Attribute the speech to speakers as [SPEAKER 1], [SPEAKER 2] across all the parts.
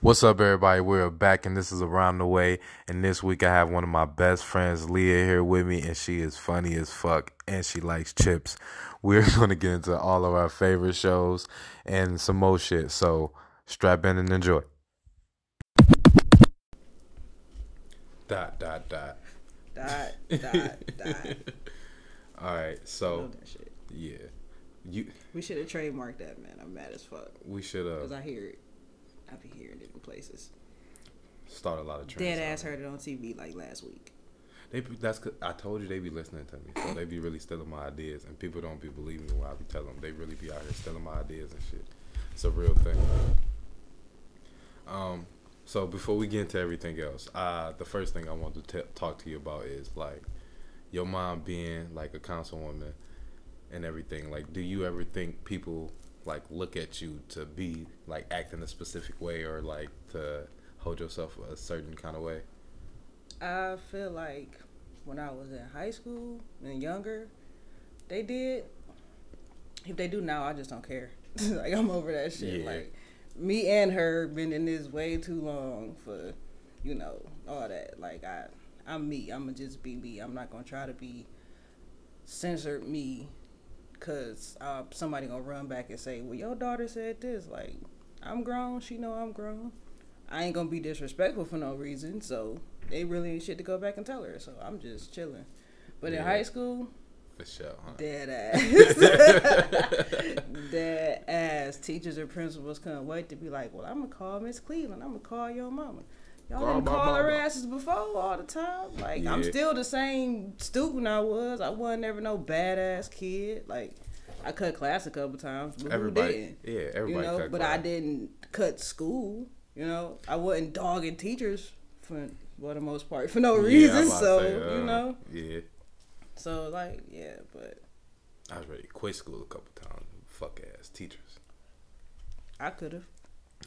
[SPEAKER 1] What's up, everybody? We're back, and this is Around the Way. And this week, I have one of my best friends, Leah, here with me, and she is funny as fuck, and she likes chips. We're going to get into all of our favorite shows and some more shit. So strap in and enjoy. Dot, dot, dot.
[SPEAKER 2] Dot, dot, dot.
[SPEAKER 1] All right,
[SPEAKER 2] Know
[SPEAKER 1] so
[SPEAKER 2] that shit.
[SPEAKER 1] yeah, you
[SPEAKER 2] We should have trademarked that, man. I'm mad as fuck.
[SPEAKER 1] we should
[SPEAKER 2] Because
[SPEAKER 1] uh,
[SPEAKER 2] I hear it. I be hearing it in places.
[SPEAKER 1] start a lot of trends.
[SPEAKER 2] Dead ass heard it on TV like last week.
[SPEAKER 1] They be- that's 'cause- I told you they be listening to me. So they be really stealing my ideas, and people don't be believing me when I be telling them. They really be out here stealing my ideas and shit. It's a real thing. Um, so before we get into everything else, uh, the first thing I want to t- talk to you about is like your mom being like a councilwoman and everything. Like, do you ever think people like look at you to be like act in a specific way or like to hold yourself a certain kind of way?
[SPEAKER 2] I feel like when I was in high school and younger, they did. If they do now, I just don't care. like I'm over that shit.
[SPEAKER 1] Yeah.
[SPEAKER 2] Like me and her been in this way too long for, you know, all that. Like I, I'm me. I'ma just be me. I'm not gonna try to be censored me, cause uh, somebody gonna run back and say, "Well, your daughter said this." Like I'm grown. She know I'm grown. I ain't gonna be disrespectful for no reason, so they really ain't shit to go back and tell her. So I'm just chilling. But
[SPEAKER 1] Yeah.
[SPEAKER 2] in high school,
[SPEAKER 1] For sure, huh?
[SPEAKER 2] dead ass, dead ass. Teachers and principals couldn't wait to be like, "Well, I'm gonna call Miss Cleveland. I'm gonna call your mama." Y'all
[SPEAKER 1] Call
[SPEAKER 2] didn't
[SPEAKER 1] my
[SPEAKER 2] call her
[SPEAKER 1] mama.
[SPEAKER 2] asses before all the time. Like I'm
[SPEAKER 1] Yeah.
[SPEAKER 2] still the same student I was. I wasn't ever no badass kid. Like I cut class a couple times, but who
[SPEAKER 1] Everybody,
[SPEAKER 2] didn't?
[SPEAKER 1] yeah, everybody.
[SPEAKER 2] you know,
[SPEAKER 1] cut
[SPEAKER 2] but
[SPEAKER 1] class.
[SPEAKER 2] I didn't cut school. You know, I wasn't dogging teachers for for the most part for no
[SPEAKER 1] Yeah, I
[SPEAKER 2] reason.
[SPEAKER 1] was about to
[SPEAKER 2] so
[SPEAKER 1] say,
[SPEAKER 2] you
[SPEAKER 1] uh,
[SPEAKER 2] know,
[SPEAKER 1] Yeah,
[SPEAKER 2] so like yeah, but
[SPEAKER 1] I was ready to quit school a couple times. Fuck ass teachers.
[SPEAKER 2] I could have.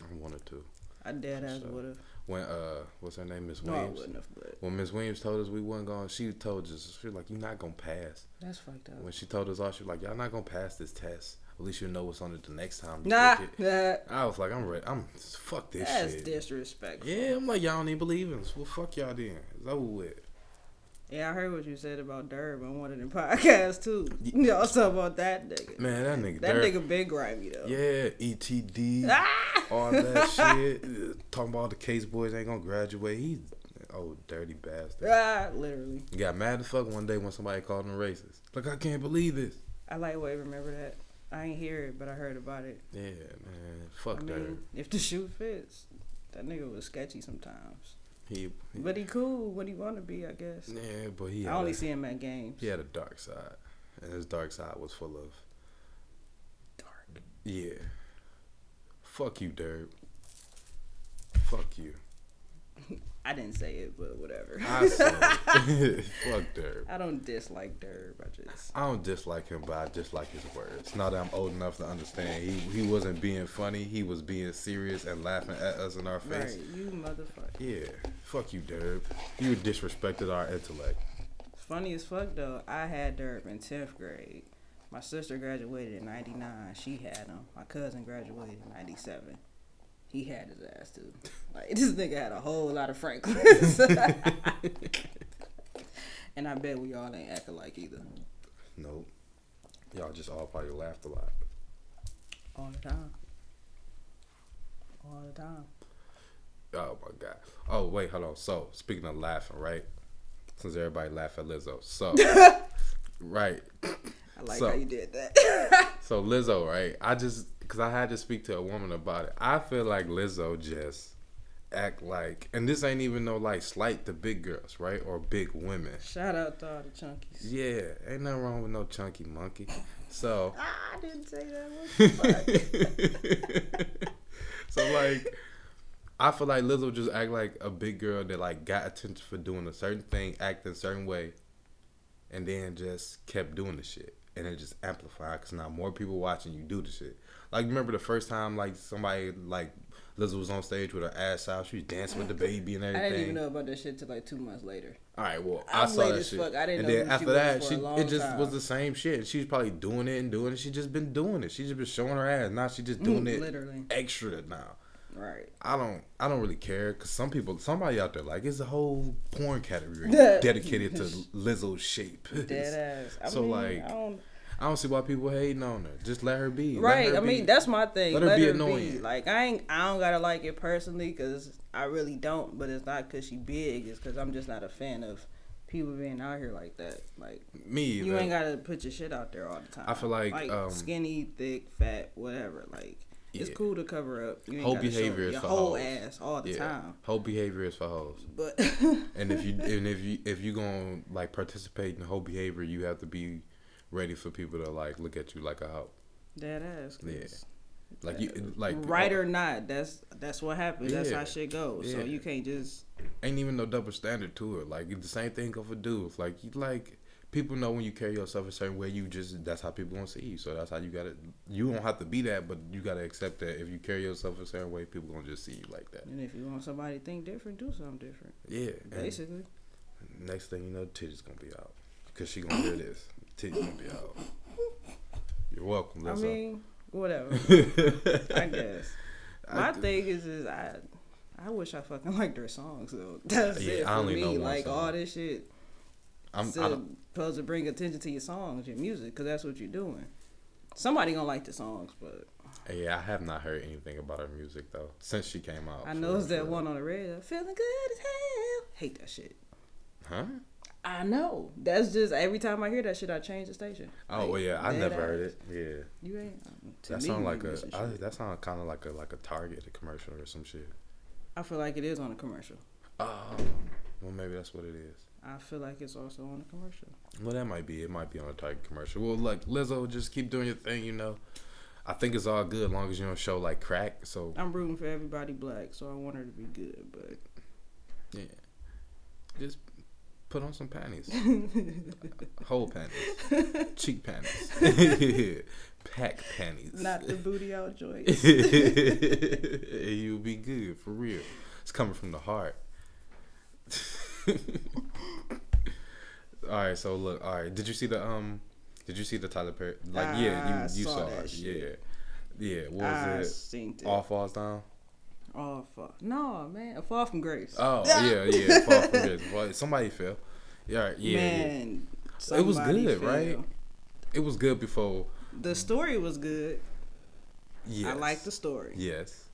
[SPEAKER 1] I wanted to.
[SPEAKER 2] I dead ass
[SPEAKER 1] So,
[SPEAKER 2] would have.
[SPEAKER 1] When uh, what's her name, Miss
[SPEAKER 2] No, I
[SPEAKER 1] Williams?
[SPEAKER 2] wouldn't have. But
[SPEAKER 1] when Miss Williams told us we wasn't going, she told us she was like, "You're not gonna pass."
[SPEAKER 2] that's fucked up.
[SPEAKER 1] When she told us all, she was like, "Y'all not gonna pass this test. At least you know what's on it the next time." you
[SPEAKER 2] Nah,
[SPEAKER 1] take it."
[SPEAKER 2] nah,
[SPEAKER 1] I was like, "I'm ready. I'm fuck this
[SPEAKER 2] that's
[SPEAKER 1] shit."
[SPEAKER 2] disrespectful. Yeah.
[SPEAKER 1] yeah, I'm like, y'all don't even believe in us. Well, fuck y'all then. It's over with.
[SPEAKER 2] I heard what you said about Durb on one of the podcasts too. Y'all talking about that nigga.
[SPEAKER 1] Man, that nigga.
[SPEAKER 2] that
[SPEAKER 1] dirt.
[SPEAKER 2] nigga been grimy though.
[SPEAKER 1] Yeah, ETD,
[SPEAKER 2] Ah!
[SPEAKER 1] all that shit. Uh, Talking about all the case boys ain't gonna graduate. He's oh dirty bastard.
[SPEAKER 2] Ah, literally.
[SPEAKER 1] He got mad as fuck one day when somebody called him racist. Like I can't believe this.
[SPEAKER 2] I like what remember that. I ain't hear it, but I heard about it.
[SPEAKER 1] Yeah, man,
[SPEAKER 2] I
[SPEAKER 1] fuck
[SPEAKER 2] mean,
[SPEAKER 1] that.
[SPEAKER 2] if the shoe fits, that nigga was sketchy sometimes.
[SPEAKER 1] He, he-
[SPEAKER 2] But he cool when he want to be, I guess.
[SPEAKER 1] yeah, but he
[SPEAKER 2] I
[SPEAKER 1] had,
[SPEAKER 2] only
[SPEAKER 1] a,
[SPEAKER 2] see him at games.
[SPEAKER 1] he had a dark side, and his dark side was full of
[SPEAKER 2] Dark.
[SPEAKER 1] yeah. Fuck you, Derb. Fuck you.
[SPEAKER 2] I didn't say it, but whatever.
[SPEAKER 1] I said, it. fuck Derb.
[SPEAKER 2] I don't dislike Derb. I just
[SPEAKER 1] I don't dislike him, but I dislike his words. Now that I'm old enough to understand, he he wasn't being funny. He was being serious and laughing at us in our face.
[SPEAKER 2] right, you motherfucker.
[SPEAKER 1] Yeah, fuck you, Derb. You disrespected our intellect.
[SPEAKER 2] Funny as fuck though. I had Derb in tenth grade. My sister graduated in '99. She had him. My cousin graduated in '97. He had his ass too. Like this nigga had a whole lot of Franklins. and I bet we all ain't acting like either.
[SPEAKER 1] Nope. Y'all just all probably laughed a lot.
[SPEAKER 2] All the time. All the time.
[SPEAKER 1] Oh my god. Oh wait, hold on. So speaking of laughing, right? Since everybody laugh at Lizzo, so right.
[SPEAKER 2] I like
[SPEAKER 1] So-
[SPEAKER 2] how you did that.
[SPEAKER 1] So Lizzo, right? I just because I had to speak to a woman about it. I feel like Lizzo just act like, and this ain't even no like slight to big girls, right, or big women.
[SPEAKER 2] Shout out to all the chunkies.
[SPEAKER 1] Yeah, ain't nothing wrong with no chunky monkey. So,
[SPEAKER 2] Ah, I didn't say that. What
[SPEAKER 1] so
[SPEAKER 2] the fuck?
[SPEAKER 1] like, I feel like Lizzo just act like a big girl that like got attention for doing a certain thing, acting a certain way, and then just kept doing the shit, and it just amplified because now more people watching you do the shit. Like remember the first time like somebody like Lizzo was on stage with her ass out, she was dancing with the baby and
[SPEAKER 2] I
[SPEAKER 1] everything.
[SPEAKER 2] didn't even know about that shit till like two months later.
[SPEAKER 1] All right, well, i
[SPEAKER 2] I'm
[SPEAKER 1] saw
[SPEAKER 2] late
[SPEAKER 1] that
[SPEAKER 2] as
[SPEAKER 1] shit.
[SPEAKER 2] fuck. I didn't
[SPEAKER 1] and
[SPEAKER 2] know
[SPEAKER 1] then
[SPEAKER 2] who she
[SPEAKER 1] after
[SPEAKER 2] was
[SPEAKER 1] that,
[SPEAKER 2] for a
[SPEAKER 1] she
[SPEAKER 2] long
[SPEAKER 1] it just
[SPEAKER 2] time.
[SPEAKER 1] was the same shit. She's probably doing it and doing it. She just been doing it. She just been showing her ass. Now she just doing it
[SPEAKER 2] Mm, Literally.
[SPEAKER 1] extra now.
[SPEAKER 2] Right.
[SPEAKER 1] I don't I don't really care because some people somebody out there like it's a whole porn category
[SPEAKER 2] Yeah.
[SPEAKER 1] dedicated to Lizzo shape.
[SPEAKER 2] Dead ass. I
[SPEAKER 1] So,
[SPEAKER 2] mean,
[SPEAKER 1] like,
[SPEAKER 2] I don't,
[SPEAKER 1] I don't see why people hating on her. Just let her be. Let
[SPEAKER 2] right.
[SPEAKER 1] her
[SPEAKER 2] I
[SPEAKER 1] be.
[SPEAKER 2] mean, that's my thing.
[SPEAKER 1] let
[SPEAKER 2] Let
[SPEAKER 1] her be
[SPEAKER 2] her, be,
[SPEAKER 1] annoying.
[SPEAKER 2] Like I ain't. I don't gotta like it personally because I really don't. But it's not because she big. It's because I'm just not a fan of people being out here like that. Like
[SPEAKER 1] me. uh, Either.
[SPEAKER 2] you ain't gotta put your shit out there all the time.
[SPEAKER 1] I feel like, um,
[SPEAKER 2] skinny, thick, fat, whatever. Like it's
[SPEAKER 1] Yeah.
[SPEAKER 2] cool to cover up. You ain't
[SPEAKER 1] Whole
[SPEAKER 2] gotta show
[SPEAKER 1] behavior is
[SPEAKER 2] your
[SPEAKER 1] for
[SPEAKER 2] whole
[SPEAKER 1] hoes.
[SPEAKER 2] ass all the
[SPEAKER 1] yeah.
[SPEAKER 2] time.
[SPEAKER 1] Whole behavior is for hoes.
[SPEAKER 2] But
[SPEAKER 1] And if you and if you if you gonna like participate in the whole behavior, you have to be ready for people to like look at you like a hoe.
[SPEAKER 2] that ass. 'cause
[SPEAKER 1] Yeah. Like you like uh,
[SPEAKER 2] right or not, that's that's what happens. That's
[SPEAKER 1] Yeah.
[SPEAKER 2] how shit goes. So
[SPEAKER 1] Yeah.
[SPEAKER 2] you can't just
[SPEAKER 1] ain't even no double standard to it. Like the same thing go for dudes. Like you like people know when you carry yourself a certain way, you just that's how people gonna see you. So that's how you gotta you don't have to be that, but you gotta accept that if you carry yourself a certain way, people gonna just see you like that.
[SPEAKER 2] and if you want somebody to think different, do something different.
[SPEAKER 1] Yeah. and
[SPEAKER 2] Basically.
[SPEAKER 1] next thing you know, titty's gonna be out. Cause she gonna hear this. Titty's gonna be out. You're welcome,
[SPEAKER 2] I
[SPEAKER 1] Lizzo.
[SPEAKER 2] mean, whatever. I guess. My
[SPEAKER 1] I-
[SPEAKER 2] thing is is I I wish I fucking liked their songs though. That's
[SPEAKER 1] Yeah,
[SPEAKER 2] it for
[SPEAKER 1] I only
[SPEAKER 2] me.
[SPEAKER 1] know one
[SPEAKER 2] like
[SPEAKER 1] song.
[SPEAKER 2] all this shit
[SPEAKER 1] I'm, I
[SPEAKER 2] still
[SPEAKER 1] don't-
[SPEAKER 2] supposed to bring attention to your songs, your music, because that's what you're doing. Somebody gonna like the songs, but
[SPEAKER 1] yeah, I have not heard anything about her music though since she came out.
[SPEAKER 2] I
[SPEAKER 1] Oh, for
[SPEAKER 2] know it's
[SPEAKER 1] real,
[SPEAKER 2] that
[SPEAKER 1] for
[SPEAKER 2] one on the radio. Feeling good as hell. Hate that shit.
[SPEAKER 1] real. Huh?
[SPEAKER 2] I know. That's just every time I hear that shit, I change the station.
[SPEAKER 1] Oh well,
[SPEAKER 2] Like,
[SPEAKER 1] yeah, I
[SPEAKER 2] dead
[SPEAKER 1] never
[SPEAKER 2] ass.
[SPEAKER 1] heard it. Yeah,
[SPEAKER 2] You ain't. um, To
[SPEAKER 1] that
[SPEAKER 2] me,
[SPEAKER 1] sound like
[SPEAKER 2] you
[SPEAKER 1] a.
[SPEAKER 2] missing
[SPEAKER 1] I,
[SPEAKER 2] shit.
[SPEAKER 1] that sound kind of like a like a Target commercial or some shit.
[SPEAKER 2] I feel like it is on a commercial.
[SPEAKER 1] Oh, well maybe that's what it is.
[SPEAKER 2] I feel like it's also on a commercial.
[SPEAKER 1] Well, that might be. It might be on a Target commercial. Well, like Lizzo, just keep doing your thing. You know, I think it's all good as long as you don't show like crack. So
[SPEAKER 2] I'm rooting for everybody black, so I want her to be good. But
[SPEAKER 1] yeah, just put on some panties, whole panties, cheek panties, pack panties.
[SPEAKER 2] not the booty out joints.
[SPEAKER 1] You'll be good for real. It's coming from the heart. all right, so look, all right. Did you see the um? Did you see the Tyler Perry? Like, yeah,
[SPEAKER 2] Ah, I
[SPEAKER 1] you you
[SPEAKER 2] saw
[SPEAKER 1] saw,
[SPEAKER 2] that
[SPEAKER 1] it.
[SPEAKER 2] shit. Ah,
[SPEAKER 1] Yeah, yeah. What
[SPEAKER 2] I
[SPEAKER 1] was
[SPEAKER 2] seen
[SPEAKER 1] it?
[SPEAKER 2] it.
[SPEAKER 1] All falls down.
[SPEAKER 2] Oh, fuck. No, man. A fall from grace.
[SPEAKER 1] Oh yeah, yeah. Fall from grace. Well, somebody fell. Yeah, right, yeah, yeah.
[SPEAKER 2] man.
[SPEAKER 1] It was
[SPEAKER 2] somebody
[SPEAKER 1] good, right?
[SPEAKER 2] fell.
[SPEAKER 1] It was good before.
[SPEAKER 2] The story was good.
[SPEAKER 1] Yes.
[SPEAKER 2] I like the story.
[SPEAKER 1] Yes.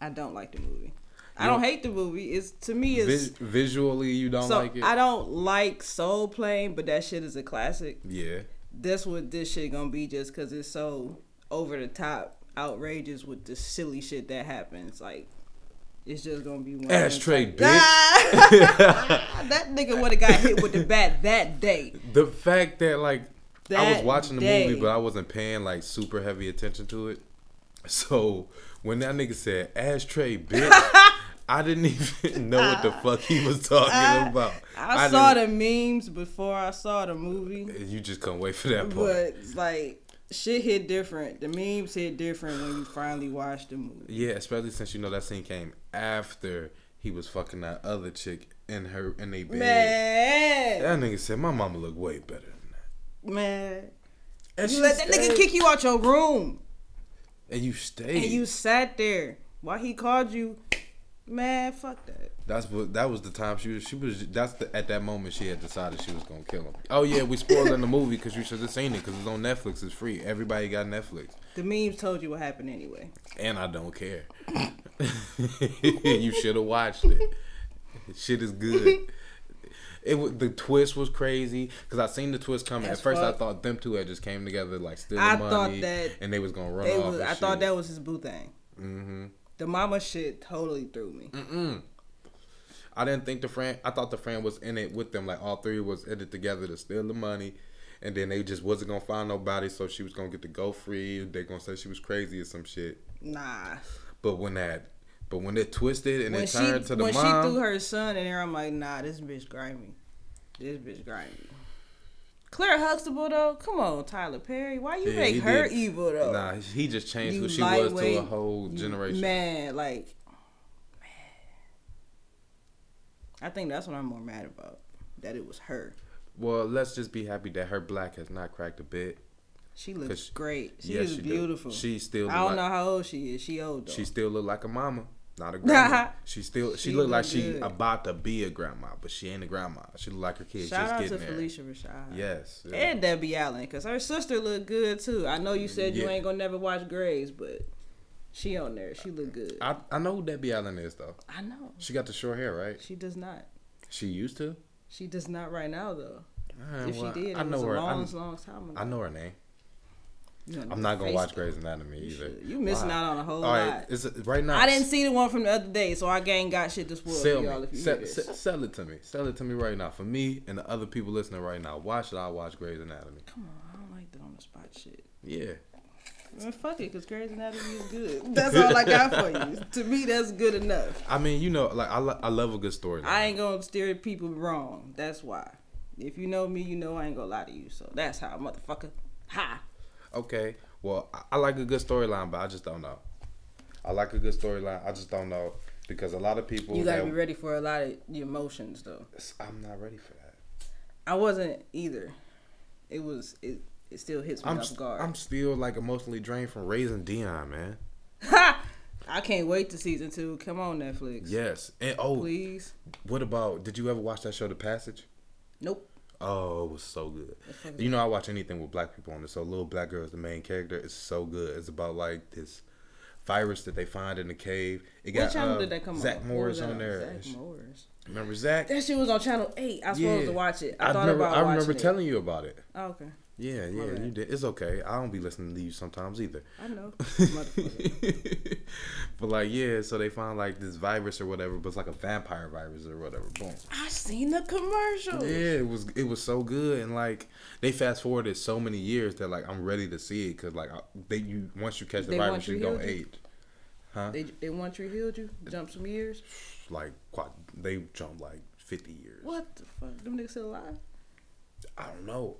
[SPEAKER 2] I don't like the movie. I
[SPEAKER 1] You
[SPEAKER 2] don't
[SPEAKER 1] don't-
[SPEAKER 2] hate the movie. It's to me, it's
[SPEAKER 1] Vis- visually, you don't
[SPEAKER 2] so
[SPEAKER 1] like it.
[SPEAKER 2] I don't like Soul Plane, but that shit is a classic.
[SPEAKER 1] yeah.
[SPEAKER 2] That's what this shit gonna be, just cause it's so over the top, outrageous with the silly shit that happens. Like, it's just gonna be one. of them
[SPEAKER 1] Ashtray,
[SPEAKER 2] type-
[SPEAKER 1] bitch.
[SPEAKER 2] Ah! that nigga would have got hit with the bat that day.
[SPEAKER 1] The fact that like I was
[SPEAKER 2] That
[SPEAKER 1] watching the
[SPEAKER 2] day.
[SPEAKER 1] movie, but I wasn't paying like super heavy attention to it. So when that nigga said ashtray, bitch, I didn't even know what the fuck he was talking
[SPEAKER 2] I-
[SPEAKER 1] about.
[SPEAKER 2] Uh, I, saw the memes before I saw the movie,
[SPEAKER 1] the. You just couldn't wait for that part.
[SPEAKER 2] but like shit hit different. The memes hit different when you finally watch the movie.
[SPEAKER 1] yeah, especially since you know that scene came after he was fucking that other chick in her in they bed.
[SPEAKER 2] Man,
[SPEAKER 1] That nigga said my mama look way better than that.
[SPEAKER 2] man,
[SPEAKER 1] And
[SPEAKER 2] you
[SPEAKER 1] she
[SPEAKER 2] let that nigga
[SPEAKER 1] stayed.
[SPEAKER 2] kick you out your room,
[SPEAKER 1] And you stayed.
[SPEAKER 2] and you sat there while he called you. Man, fuck that.
[SPEAKER 1] That's what. That was the time she was. She was. That's the at that moment she had decided she was gonna kill him. Oh yeah, we spoiling the movie because you should have seen it because it's on Netflix. It's free. Everybody got Netflix,
[SPEAKER 2] The memes told you what happened anyway.
[SPEAKER 1] and I don't care. you should have watched it. Shit is good. It was, the twist was crazy because I seen the twist coming.
[SPEAKER 2] As
[SPEAKER 1] At first,
[SPEAKER 2] fuck.
[SPEAKER 1] I thought them two had just came together like stealing
[SPEAKER 2] I
[SPEAKER 1] money,
[SPEAKER 2] thought that
[SPEAKER 1] and they was gonna run
[SPEAKER 2] They
[SPEAKER 1] off.
[SPEAKER 2] was,
[SPEAKER 1] and
[SPEAKER 2] I thought
[SPEAKER 1] shit.
[SPEAKER 2] that was his boo thing.
[SPEAKER 1] Mhm.
[SPEAKER 2] The mama shit totally threw me.
[SPEAKER 1] Mm. I didn't think the friend. I thought the friend was in it with them. Like all three was in it together to steal the money, and then they just wasn't gonna find nobody. So she was gonna get to go free. They gonna say she was crazy or some shit.
[SPEAKER 2] Nah.
[SPEAKER 1] But when that, but when it twisted and
[SPEAKER 2] when
[SPEAKER 1] it
[SPEAKER 2] she
[SPEAKER 1] turned to the
[SPEAKER 2] when
[SPEAKER 1] mom,
[SPEAKER 2] she threw her son in there, I'm like, nah, this bitch grimy. This bitch grimy. Claire Huxtable though, come on, Tyler Perry, why you
[SPEAKER 1] Yeah,
[SPEAKER 2] make
[SPEAKER 1] he
[SPEAKER 2] her
[SPEAKER 1] did.
[SPEAKER 2] evil though?
[SPEAKER 1] nah, he just changed
[SPEAKER 2] You
[SPEAKER 1] who she was to a
[SPEAKER 2] lightweight,
[SPEAKER 1] whole
[SPEAKER 2] you-
[SPEAKER 1] generation.
[SPEAKER 2] Man, like, man, I think that's what I'm more mad about. That it was her.
[SPEAKER 1] Well, let's just be happy that her black has not cracked a bit.
[SPEAKER 2] She looks
[SPEAKER 1] 'Cause-
[SPEAKER 2] great. She
[SPEAKER 1] yeah,
[SPEAKER 2] is
[SPEAKER 1] she do.
[SPEAKER 2] beautiful.
[SPEAKER 1] She still
[SPEAKER 2] I don't
[SPEAKER 1] look
[SPEAKER 2] know
[SPEAKER 1] like,
[SPEAKER 2] how old she is. She old though.
[SPEAKER 1] she still look like a mama, not a grandma. she still she,
[SPEAKER 2] She
[SPEAKER 1] look like
[SPEAKER 2] look
[SPEAKER 1] she
[SPEAKER 2] good.
[SPEAKER 1] about to be a grandma, but she ain't a grandma. She look like her kid.
[SPEAKER 2] Shout
[SPEAKER 1] She's
[SPEAKER 2] out to
[SPEAKER 1] getting there.
[SPEAKER 2] Felicia Rashad.
[SPEAKER 1] Yes. yeah.
[SPEAKER 2] And Debbie Allen, because her sister looked good too. I know you said you
[SPEAKER 1] Yeah.
[SPEAKER 2] ain't gonna never watch Grays, but she on there. She look good. I,
[SPEAKER 1] I, I know who Debbie Allen is though.
[SPEAKER 2] know.
[SPEAKER 1] She got the short hair, right?
[SPEAKER 2] She does not.
[SPEAKER 1] She used to.
[SPEAKER 2] She does not right now though.
[SPEAKER 1] Alright,
[SPEAKER 2] if
[SPEAKER 1] well,
[SPEAKER 2] she did,
[SPEAKER 1] I
[SPEAKER 2] it
[SPEAKER 1] know
[SPEAKER 2] was a
[SPEAKER 1] her.
[SPEAKER 2] long,
[SPEAKER 1] I,
[SPEAKER 2] long time ago.
[SPEAKER 1] I know her name.
[SPEAKER 2] You
[SPEAKER 1] I'm not gonna
[SPEAKER 2] face
[SPEAKER 1] watch
[SPEAKER 2] it.
[SPEAKER 1] Grey's Anatomy
[SPEAKER 2] You
[SPEAKER 1] either.
[SPEAKER 2] should. You missing
[SPEAKER 1] Wow.
[SPEAKER 2] out on a whole
[SPEAKER 1] All right,
[SPEAKER 2] lot.
[SPEAKER 1] it's right now.
[SPEAKER 2] I didn't see the one from the other day, so I gang got shit to spoil
[SPEAKER 1] sell
[SPEAKER 2] for y'all
[SPEAKER 1] me.
[SPEAKER 2] if you
[SPEAKER 1] Sell,
[SPEAKER 2] hear this.
[SPEAKER 1] sell- sell it to me. Sell it to me right now. For me and the other people listening right now, why should I watch Grey's Anatomy?
[SPEAKER 2] Come on, I don't like that on the spot shit.
[SPEAKER 1] Yeah.
[SPEAKER 2] Well, fuck it, because Grey's Anatomy is good. That's all I got for you. To me, that's good enough.
[SPEAKER 1] I mean, you know, like I, lo- I love a good story.
[SPEAKER 2] I ain't gonna steer people wrong. That's why. If you know me, you know I ain't gonna lie to you. So that's how, motherfucker. Ha.
[SPEAKER 1] Okay. Well, I, I like a good storyline, but I just don't know. I like a good storyline. I just don't know because a lot of people.
[SPEAKER 2] You gotta
[SPEAKER 1] that-
[SPEAKER 2] be ready for a lot of your emotions, though.
[SPEAKER 1] I'm not ready for that.
[SPEAKER 2] I wasn't either. It was. It, it still hits me
[SPEAKER 1] I'm
[SPEAKER 2] off
[SPEAKER 1] st-
[SPEAKER 2] guard.
[SPEAKER 1] I'm still like emotionally drained from raising Dion, man.
[SPEAKER 2] Ha! I can't wait to season two. Come on, Netflix.
[SPEAKER 1] Yes. And oh,
[SPEAKER 2] Please.
[SPEAKER 1] what about? Did you ever watch that show, The Passage?
[SPEAKER 2] Nope.
[SPEAKER 1] Oh, it was so good.
[SPEAKER 2] fuck is
[SPEAKER 1] You know, I watch anything with black people on it. So, little black girl is the main character. It's so good. It's about like this virus that they find in the cave. It
[SPEAKER 2] What channel
[SPEAKER 1] uh,
[SPEAKER 2] did that come on?
[SPEAKER 1] Zach
[SPEAKER 2] What
[SPEAKER 1] Morris
[SPEAKER 2] was that
[SPEAKER 1] on there.
[SPEAKER 2] Zach Morris.
[SPEAKER 1] Remember Zach?
[SPEAKER 2] That shit was on channel eight. I was supposed to watch it. I,
[SPEAKER 1] I
[SPEAKER 2] thought
[SPEAKER 1] remember,
[SPEAKER 2] about
[SPEAKER 1] I
[SPEAKER 2] watching
[SPEAKER 1] remember
[SPEAKER 2] it.
[SPEAKER 1] telling you about it.
[SPEAKER 2] Oh, okay.
[SPEAKER 1] Yeah,
[SPEAKER 2] My
[SPEAKER 1] yeah,
[SPEAKER 2] bad.
[SPEAKER 1] you did. It's okay. I don't be listening to you sometimes either.
[SPEAKER 2] I know. Motherfucker.
[SPEAKER 1] but like, yeah, so they find like this virus or whatever, but it's like a vampire virus or whatever. Boom.
[SPEAKER 2] I seen the commercial.
[SPEAKER 1] Yeah, it was it was so good, and like they fast forwarded so many years that like I'm ready to see it because like I, they you once you catch the
[SPEAKER 2] They want
[SPEAKER 1] virus
[SPEAKER 2] you
[SPEAKER 1] you gonna
[SPEAKER 2] healthy?
[SPEAKER 1] age. Huh?
[SPEAKER 2] They they one tree healed you, jumped some years.
[SPEAKER 1] Like quad, they jump like fifty years.
[SPEAKER 2] What the fuck? Them niggas still alive?
[SPEAKER 1] I don't know.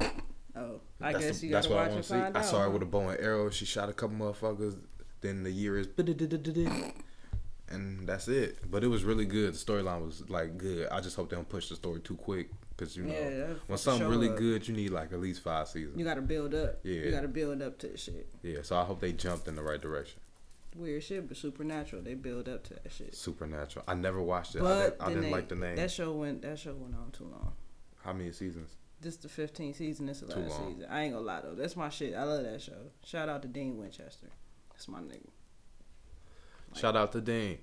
[SPEAKER 2] Oh, I
[SPEAKER 1] that's
[SPEAKER 2] guess
[SPEAKER 1] the-
[SPEAKER 2] you
[SPEAKER 1] that's
[SPEAKER 2] gotta
[SPEAKER 1] what I
[SPEAKER 2] watch
[SPEAKER 1] want
[SPEAKER 2] and
[SPEAKER 1] to see.
[SPEAKER 2] find
[SPEAKER 1] I
[SPEAKER 2] out.
[SPEAKER 1] saw her
[SPEAKER 2] huh?
[SPEAKER 1] with a bow and arrow. She shot a couple motherfuckers. Then the year is, and that's it. But it was really good. The storyline was like good. I just hope they don't push the story too quick because you know
[SPEAKER 2] Yeah, that fucking
[SPEAKER 1] when something really
[SPEAKER 2] show up.
[SPEAKER 1] good, you need like at least five seasons.
[SPEAKER 2] You gotta build up.
[SPEAKER 1] Yeah.
[SPEAKER 2] You gotta build up to the shit.
[SPEAKER 1] yeah, so I hope they jumped in the right direction.
[SPEAKER 2] Weird shit, but supernatural. They build up to that shit.
[SPEAKER 1] Supernatural. I never watched it. I,
[SPEAKER 2] But
[SPEAKER 1] did, I
[SPEAKER 2] then
[SPEAKER 1] didn't
[SPEAKER 2] they-
[SPEAKER 1] like the name.
[SPEAKER 2] That show went. That show went on too long.
[SPEAKER 1] How many seasons?
[SPEAKER 2] This the 15th season. This the
[SPEAKER 1] Too
[SPEAKER 2] last
[SPEAKER 1] long.
[SPEAKER 2] season. I ain't gonna lie though. That's my shit. I love that show. Shout out to Dean Winchester. That's my nigga.
[SPEAKER 1] Shout out to Dean.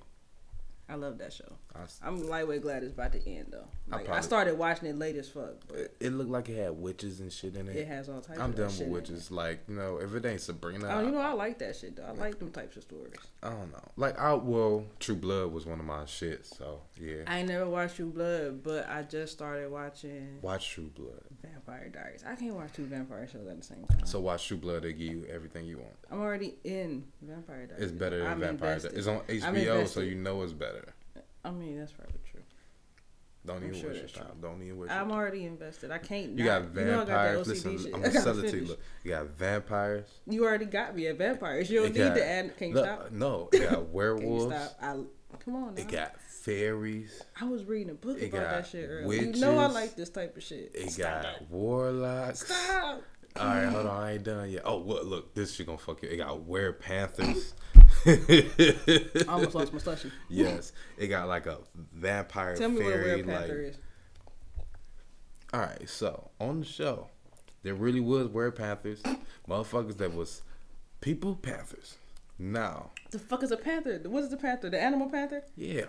[SPEAKER 2] I love that show.
[SPEAKER 1] I s-
[SPEAKER 2] I'm lightweight glad it's about to end though.
[SPEAKER 1] I
[SPEAKER 2] Like, I,
[SPEAKER 1] probably-
[SPEAKER 2] started watching it late as fuck, but
[SPEAKER 1] it, it looked like it had witches and shit in it.
[SPEAKER 2] it has all types.
[SPEAKER 1] I'm
[SPEAKER 2] of that
[SPEAKER 1] done
[SPEAKER 2] shit
[SPEAKER 1] with
[SPEAKER 2] in it.
[SPEAKER 1] witches. Like you know, if it ain't Sabrina,
[SPEAKER 2] Oh, you know, I like that shit though. I like them types of stories.
[SPEAKER 1] I, I don't know. Like I well, True Blood was one of my shits. So yeah,
[SPEAKER 2] I ain't never watched True Blood, but I just started watching
[SPEAKER 1] watch True Blood.
[SPEAKER 2] Vampire Diaries. I can't watch two vampire shows at the same time.
[SPEAKER 1] So watch True Blood. They give you everything you want.
[SPEAKER 2] I'm already in Vampire Diaries.
[SPEAKER 1] It's better than
[SPEAKER 2] I'm
[SPEAKER 1] Vampire. Di-
[SPEAKER 2] invested.
[SPEAKER 1] It's on HBO, so
[SPEAKER 2] invested.
[SPEAKER 1] you know it's better.
[SPEAKER 2] I mean, that's probably true.
[SPEAKER 1] Don't
[SPEAKER 2] I'm
[SPEAKER 1] even
[SPEAKER 2] sure
[SPEAKER 1] waste your
[SPEAKER 2] that's
[SPEAKER 1] time. Don't even waste. your
[SPEAKER 2] I'm already invested. I can't.
[SPEAKER 1] You
[SPEAKER 2] not.
[SPEAKER 1] got
[SPEAKER 2] You know I got that
[SPEAKER 1] vampires.
[SPEAKER 2] OCD
[SPEAKER 1] Listen,
[SPEAKER 2] shit.
[SPEAKER 1] I'm
[SPEAKER 2] I
[SPEAKER 1] gonna
[SPEAKER 2] gotta
[SPEAKER 1] sell it to you.
[SPEAKER 2] finish.
[SPEAKER 1] Look, you got vampires.
[SPEAKER 2] You already got me at vampires. You
[SPEAKER 1] It
[SPEAKER 2] don't need
[SPEAKER 1] got-
[SPEAKER 2] to add. Can you
[SPEAKER 1] no,
[SPEAKER 2] stop?
[SPEAKER 1] No, it got
[SPEAKER 2] Can you
[SPEAKER 1] werewolves.
[SPEAKER 2] stop? I, come on.
[SPEAKER 1] It
[SPEAKER 2] now.
[SPEAKER 1] got fairies.
[SPEAKER 2] I was reading a book
[SPEAKER 1] It
[SPEAKER 2] about
[SPEAKER 1] got
[SPEAKER 2] that shit earlier. You know I
[SPEAKER 1] witches.
[SPEAKER 2] like this type of shit.
[SPEAKER 1] It
[SPEAKER 2] Stop.
[SPEAKER 1] got warlocks.
[SPEAKER 2] Stop.
[SPEAKER 1] All right, hold on, I ain't done yet. Oh, what? Look, this shit gonna fuck you. It got were panthers.
[SPEAKER 2] I almost lost my slushie.
[SPEAKER 1] yes, it got like a vampire
[SPEAKER 2] Tell me what a
[SPEAKER 1] fairy.
[SPEAKER 2] weird panther
[SPEAKER 1] like,
[SPEAKER 2] is.
[SPEAKER 1] all right, so on the show, there really was were panthers, motherfuckers that was people panthers. Now,
[SPEAKER 2] The fuck is a panther? The- What is the panther? The animal panther?
[SPEAKER 1] yeah.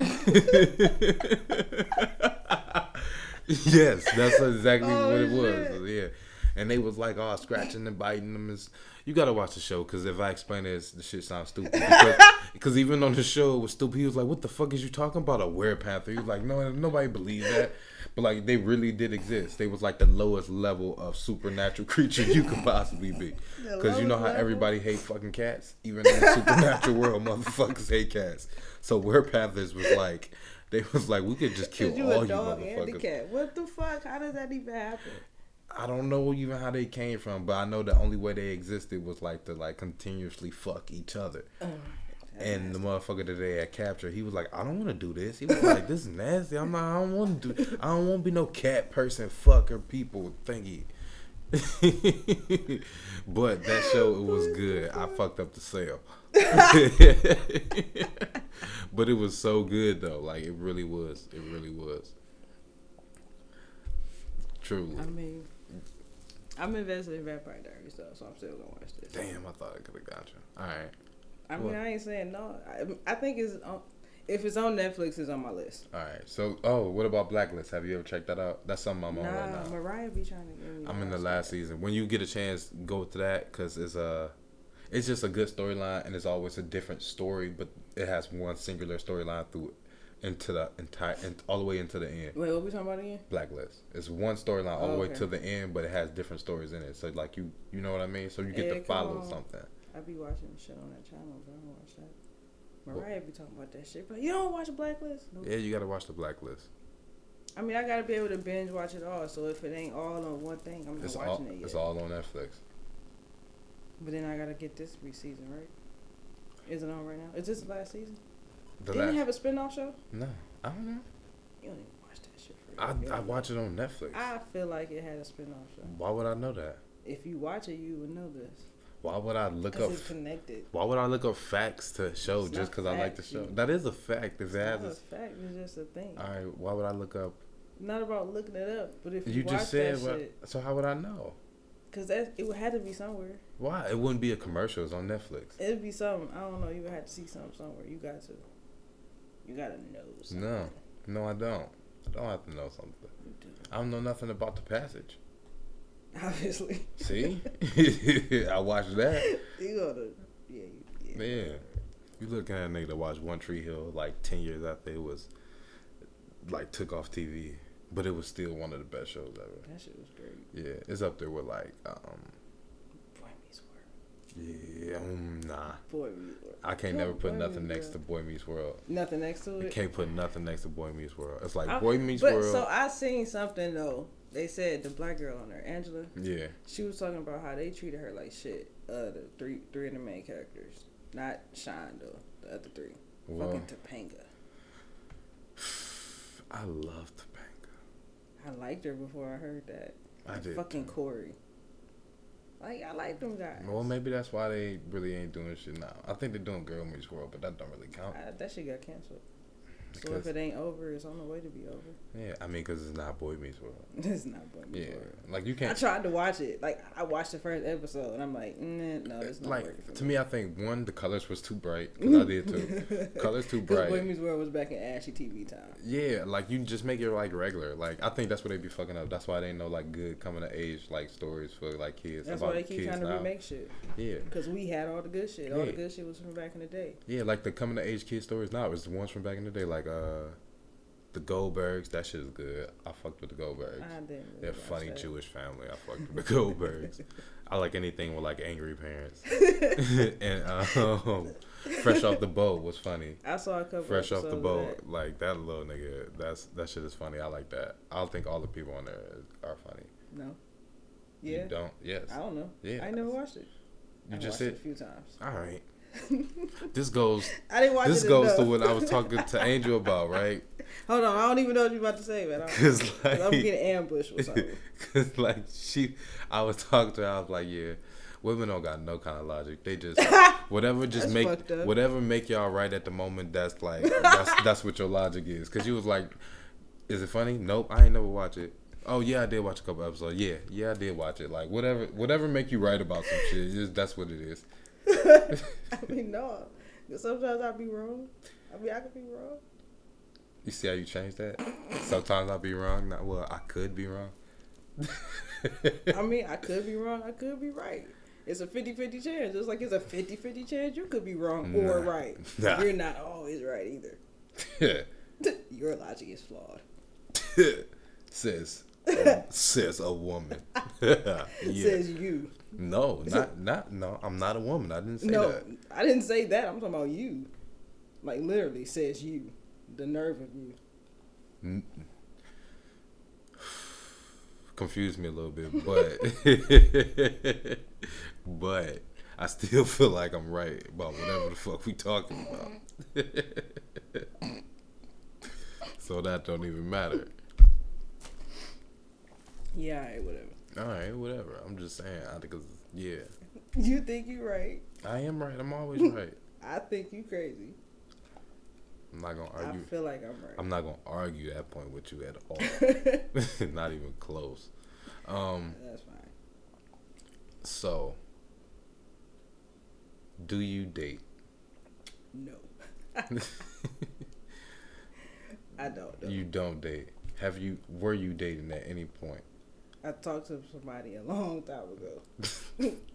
[SPEAKER 1] yes, that's exactly
[SPEAKER 2] Oh,
[SPEAKER 1] what it
[SPEAKER 2] shit.
[SPEAKER 1] was. Yeah, and they was like all scratching and biting them. It's, you gotta watch the show because if I explain this, the shit sounds stupid. Because, because even on the show, it was stupid. He was like, "What the fuck is you talking about? A werepanther?" He was like, "No, nobody believes that." But like, they really did exist. They was like the lowest level of supernatural creature you could possibly be.
[SPEAKER 2] The
[SPEAKER 1] Because you know
[SPEAKER 2] lowest
[SPEAKER 1] how
[SPEAKER 2] level?
[SPEAKER 1] everybody hate fucking cats, even in the supernatural world, motherfuckers hate cats. So werepanthers was like, they was like, we could just kill
[SPEAKER 2] Cause you
[SPEAKER 1] all
[SPEAKER 2] a
[SPEAKER 1] you
[SPEAKER 2] dog
[SPEAKER 1] motherfuckers.
[SPEAKER 2] and a cat. What the fuck? How does that even happen?
[SPEAKER 1] I don't know even how they came from, but I know the only way they existed was like to like continuously fuck each other. and the motherfucker that they had captured, he was like, I don't want to do this. He was like, this is nasty. I'm not. I don't want to do. I don't want to be no cat person fucker people thingy. but that show it was good. I fucked up the sale. but it was so good though. Like it really was. It really was. Truly.
[SPEAKER 2] I mean, I'm invested in Vampire Diaries though, so I'm still gonna watch this.
[SPEAKER 1] Damn, I thought I could have got you. All right.
[SPEAKER 2] I mean,
[SPEAKER 1] What?
[SPEAKER 2] I ain't saying no. I, I think it's on, if it's on Netflix, it's on my list.
[SPEAKER 1] All right. So, oh, what about Blacklist? Have you ever checked that out? That's something I'm on
[SPEAKER 2] nah,
[SPEAKER 1] right now.
[SPEAKER 2] Mariah be trying to get me. to
[SPEAKER 1] I'm in the
[SPEAKER 2] watch
[SPEAKER 1] last season. When you get a chance, go to that because it's a, it's just a good storyline and it's always a different story, but it has one singular storyline through it, into the entire, in, all the way into the end.
[SPEAKER 2] that. Wait, what we talking about again?
[SPEAKER 1] Blacklist. It's one storyline all the way
[SPEAKER 2] Okay.
[SPEAKER 1] to the end, but it has different stories in it. So like you, you know what I mean. So you get
[SPEAKER 2] Yeah,
[SPEAKER 1] to
[SPEAKER 2] come
[SPEAKER 1] follow
[SPEAKER 2] on.
[SPEAKER 1] something.
[SPEAKER 2] I be watching shit on that channel, but I don't watch that.
[SPEAKER 1] What?
[SPEAKER 2] Mariah be talking about that shit, but you don't watch Blacklist. Nope.
[SPEAKER 1] Yeah, you gotta watch the Blacklist.
[SPEAKER 2] I mean, I gotta be able to binge watch it all. So if it ain't all on one thing, I'm not
[SPEAKER 1] It's all,
[SPEAKER 2] watching it yet.
[SPEAKER 1] it's all on Netflix.
[SPEAKER 2] But then I gotta get this re-season, right? Is it on right now? Is this the last season?
[SPEAKER 1] The
[SPEAKER 2] Didn't
[SPEAKER 1] last,
[SPEAKER 2] it have a spin-off show?
[SPEAKER 1] no, I don't know.
[SPEAKER 2] You don't even watch that shit for
[SPEAKER 1] I,
[SPEAKER 2] real.
[SPEAKER 1] I watch it on Netflix.
[SPEAKER 2] I feel like it had a spin-off show.
[SPEAKER 1] Why would I know that?
[SPEAKER 2] If you watch it, you would know this.
[SPEAKER 1] Why would I look up?
[SPEAKER 2] Because it's connected.
[SPEAKER 1] Why would I look up facts to a show
[SPEAKER 2] It's
[SPEAKER 1] just
[SPEAKER 2] not
[SPEAKER 1] because I like the
[SPEAKER 2] facts,
[SPEAKER 1] show?
[SPEAKER 2] you-
[SPEAKER 1] That is a fact. If
[SPEAKER 2] It's
[SPEAKER 1] it has,
[SPEAKER 2] not a
[SPEAKER 1] a,
[SPEAKER 2] fact. It's just a thing.
[SPEAKER 1] all right. Why would I look up?
[SPEAKER 2] Not about looking it up, but if you,
[SPEAKER 1] You
[SPEAKER 2] watch
[SPEAKER 1] just said,
[SPEAKER 2] that
[SPEAKER 1] what,
[SPEAKER 2] shit,
[SPEAKER 1] so how would I know?
[SPEAKER 2] because that it would have to be somewhere.
[SPEAKER 1] Why it wouldn't be a commercial? It's on Netflix.
[SPEAKER 2] It'd be something. I don't know. You would have to see something somewhere. You got to. You gotta know. Something.
[SPEAKER 1] No, no, I don't. I don't have to know something.
[SPEAKER 2] You do.
[SPEAKER 1] I don't know nothing about the passage.
[SPEAKER 2] Obviously,
[SPEAKER 1] See, I watched that.
[SPEAKER 2] you gotta. Yeah. You, yeah.
[SPEAKER 1] Yeah, you looking at a nigga that watched One Tree Hill like ten years after it was like took off TV, but it was still one of the best shows ever.
[SPEAKER 2] That shit was great.
[SPEAKER 1] Yeah, it's up there with like um
[SPEAKER 2] Boy Meets World.
[SPEAKER 1] Yeah, um, nah.
[SPEAKER 2] Boy Meets World.
[SPEAKER 1] I can't
[SPEAKER 2] No,
[SPEAKER 1] never put
[SPEAKER 2] Boy
[SPEAKER 1] nothing
[SPEAKER 2] Meets
[SPEAKER 1] next to
[SPEAKER 2] World.
[SPEAKER 1] Boy Meets World.
[SPEAKER 2] Nothing next to
[SPEAKER 1] I
[SPEAKER 2] it.
[SPEAKER 1] can't put nothing next to Boy Meets World. It's like
[SPEAKER 2] I-
[SPEAKER 1] Boy Meets
[SPEAKER 2] But
[SPEAKER 1] World.
[SPEAKER 2] so I seen something though. They said the black girl on there, Angela.
[SPEAKER 1] yeah,
[SPEAKER 2] She was talking about how they treated her like shit. Uh, the three three of the main characters, not Shine though. The other three,
[SPEAKER 1] well,
[SPEAKER 2] fucking Topanga.
[SPEAKER 1] I love Topanga.
[SPEAKER 2] I liked her before I heard that.
[SPEAKER 1] I did.
[SPEAKER 2] Fucking Corey. Like I like them guys.
[SPEAKER 1] Well, maybe that's why they really ain't doing shit now. I think they're doing Girl Meets World, but that don't really count.
[SPEAKER 2] I, that shit got canceled. So
[SPEAKER 1] Because-
[SPEAKER 2] if it ain't over, it's on the way to be over.
[SPEAKER 1] Yeah, I mean, because it's not Boy Meets World.
[SPEAKER 2] it's not Boy
[SPEAKER 1] Yeah,
[SPEAKER 2] Meets World.
[SPEAKER 1] like you
[SPEAKER 2] I
[SPEAKER 1] can't.
[SPEAKER 2] tried to watch it. Like I watched the first episode, and I'm like, mm, no, it's not working for
[SPEAKER 1] Like to me, I think one the colors was too bright. 'cause I did too.
[SPEAKER 2] too.
[SPEAKER 1] colors too
[SPEAKER 2] Because
[SPEAKER 1] bright.
[SPEAKER 2] Boy Meets World was back in Ashy TV time.
[SPEAKER 1] Yeah, like you just make it like regular. Like I think that's what they be fucking up. That's why they ain't no like good coming of age like stories for like kids.
[SPEAKER 2] That's
[SPEAKER 1] about
[SPEAKER 2] why they keep
[SPEAKER 1] kids
[SPEAKER 2] trying to
[SPEAKER 1] now.
[SPEAKER 2] remake shit.
[SPEAKER 1] Yeah,
[SPEAKER 2] Because we had all the good shit. All the
[SPEAKER 1] Yeah.
[SPEAKER 2] good shit was from back in the day.
[SPEAKER 1] yeah, like the coming of age kid stories now is the ones from back in the day. Like uh, the Goldbergs. That shit is good. I fucked with the Goldbergs.
[SPEAKER 2] I didn't. Really
[SPEAKER 1] They're
[SPEAKER 2] watch
[SPEAKER 1] funny
[SPEAKER 2] that.
[SPEAKER 1] Jewish family. I fucked with the Goldbergs. I like anything with like angry parents. and um, fresh off the boat was funny.
[SPEAKER 2] I saw a couple.
[SPEAKER 1] Fresh off the
[SPEAKER 2] episodes
[SPEAKER 1] boat,
[SPEAKER 2] of that.
[SPEAKER 1] like that little nigga. That's that shit is funny. I like that. I don't think all the people on there are funny.
[SPEAKER 2] No.
[SPEAKER 1] You
[SPEAKER 2] Yeah.
[SPEAKER 1] don't. Yes.
[SPEAKER 2] I don't know.
[SPEAKER 1] Yeah.
[SPEAKER 2] I never watched it.
[SPEAKER 1] You
[SPEAKER 2] I
[SPEAKER 1] just
[SPEAKER 2] watched it
[SPEAKER 1] said.
[SPEAKER 2] a few times.
[SPEAKER 1] All right. this goes.
[SPEAKER 2] I didn't watch
[SPEAKER 1] This
[SPEAKER 2] it.
[SPEAKER 1] goes
[SPEAKER 2] enough.
[SPEAKER 1] to what I was talking to Angel about, right?
[SPEAKER 2] Hold on, I don't even know what you're about to say, man. I'm,
[SPEAKER 1] 'Cause,
[SPEAKER 2] Uh, I'm
[SPEAKER 1] like-
[SPEAKER 2] getting ambushed with something.
[SPEAKER 1] Cause like she, I was talking to her. I was like, yeah, women don't got no kind of logic. They just whatever just
[SPEAKER 2] That's
[SPEAKER 1] make
[SPEAKER 2] fucked up.
[SPEAKER 1] whatever make y'all right at the moment. That's like that's that's what your logic is. Cause you was like, is it funny? Nope, I ain't never watch it. Oh yeah, I did watch a couple episodes. Yeah, yeah, I did watch it. Like whatever, whatever make you right about some shit. Just, that's what it is.
[SPEAKER 2] I mean, no. Sometimes I be wrong. I mean, I could be wrong.
[SPEAKER 1] You see how you change that? Sometimes I'll be wrong. Not well, I could be wrong.
[SPEAKER 2] I mean, I could be wrong. I could be right. It's a 50 50 chance. Just like it's a 50 50 chance you could be wrong or
[SPEAKER 1] Nah.
[SPEAKER 2] right.
[SPEAKER 1] Nah.
[SPEAKER 2] You're not always right either. Your logic is flawed.
[SPEAKER 1] sis, a- sis, a woman. yeah.
[SPEAKER 2] Says you.
[SPEAKER 1] No, not not no. I'm not a woman. I didn't say
[SPEAKER 2] no,
[SPEAKER 1] that.
[SPEAKER 2] I didn't say that. I'm talking about you. Like, literally, says you. The nerve of you.
[SPEAKER 1] Confused me a little bit, but but I still feel like I'm right about whatever the fuck we talking about. so that don't even matter.
[SPEAKER 2] Yeah, all right, whatever.
[SPEAKER 1] All right, whatever. I'm just saying. I think it's, yeah,
[SPEAKER 2] You think you right.
[SPEAKER 1] I am right. I'm always right.
[SPEAKER 2] I think you crazy.
[SPEAKER 1] I'm not gonna
[SPEAKER 2] I
[SPEAKER 1] argue.
[SPEAKER 2] feel like I'm right.
[SPEAKER 1] I'm not gonna argue that point with you at all. not even close. Um,
[SPEAKER 2] That's fine.
[SPEAKER 1] so do you date?
[SPEAKER 2] No. I don't know.
[SPEAKER 1] You don't date. Have you? Were you dating at any point?
[SPEAKER 2] I talked to somebody a long time ago.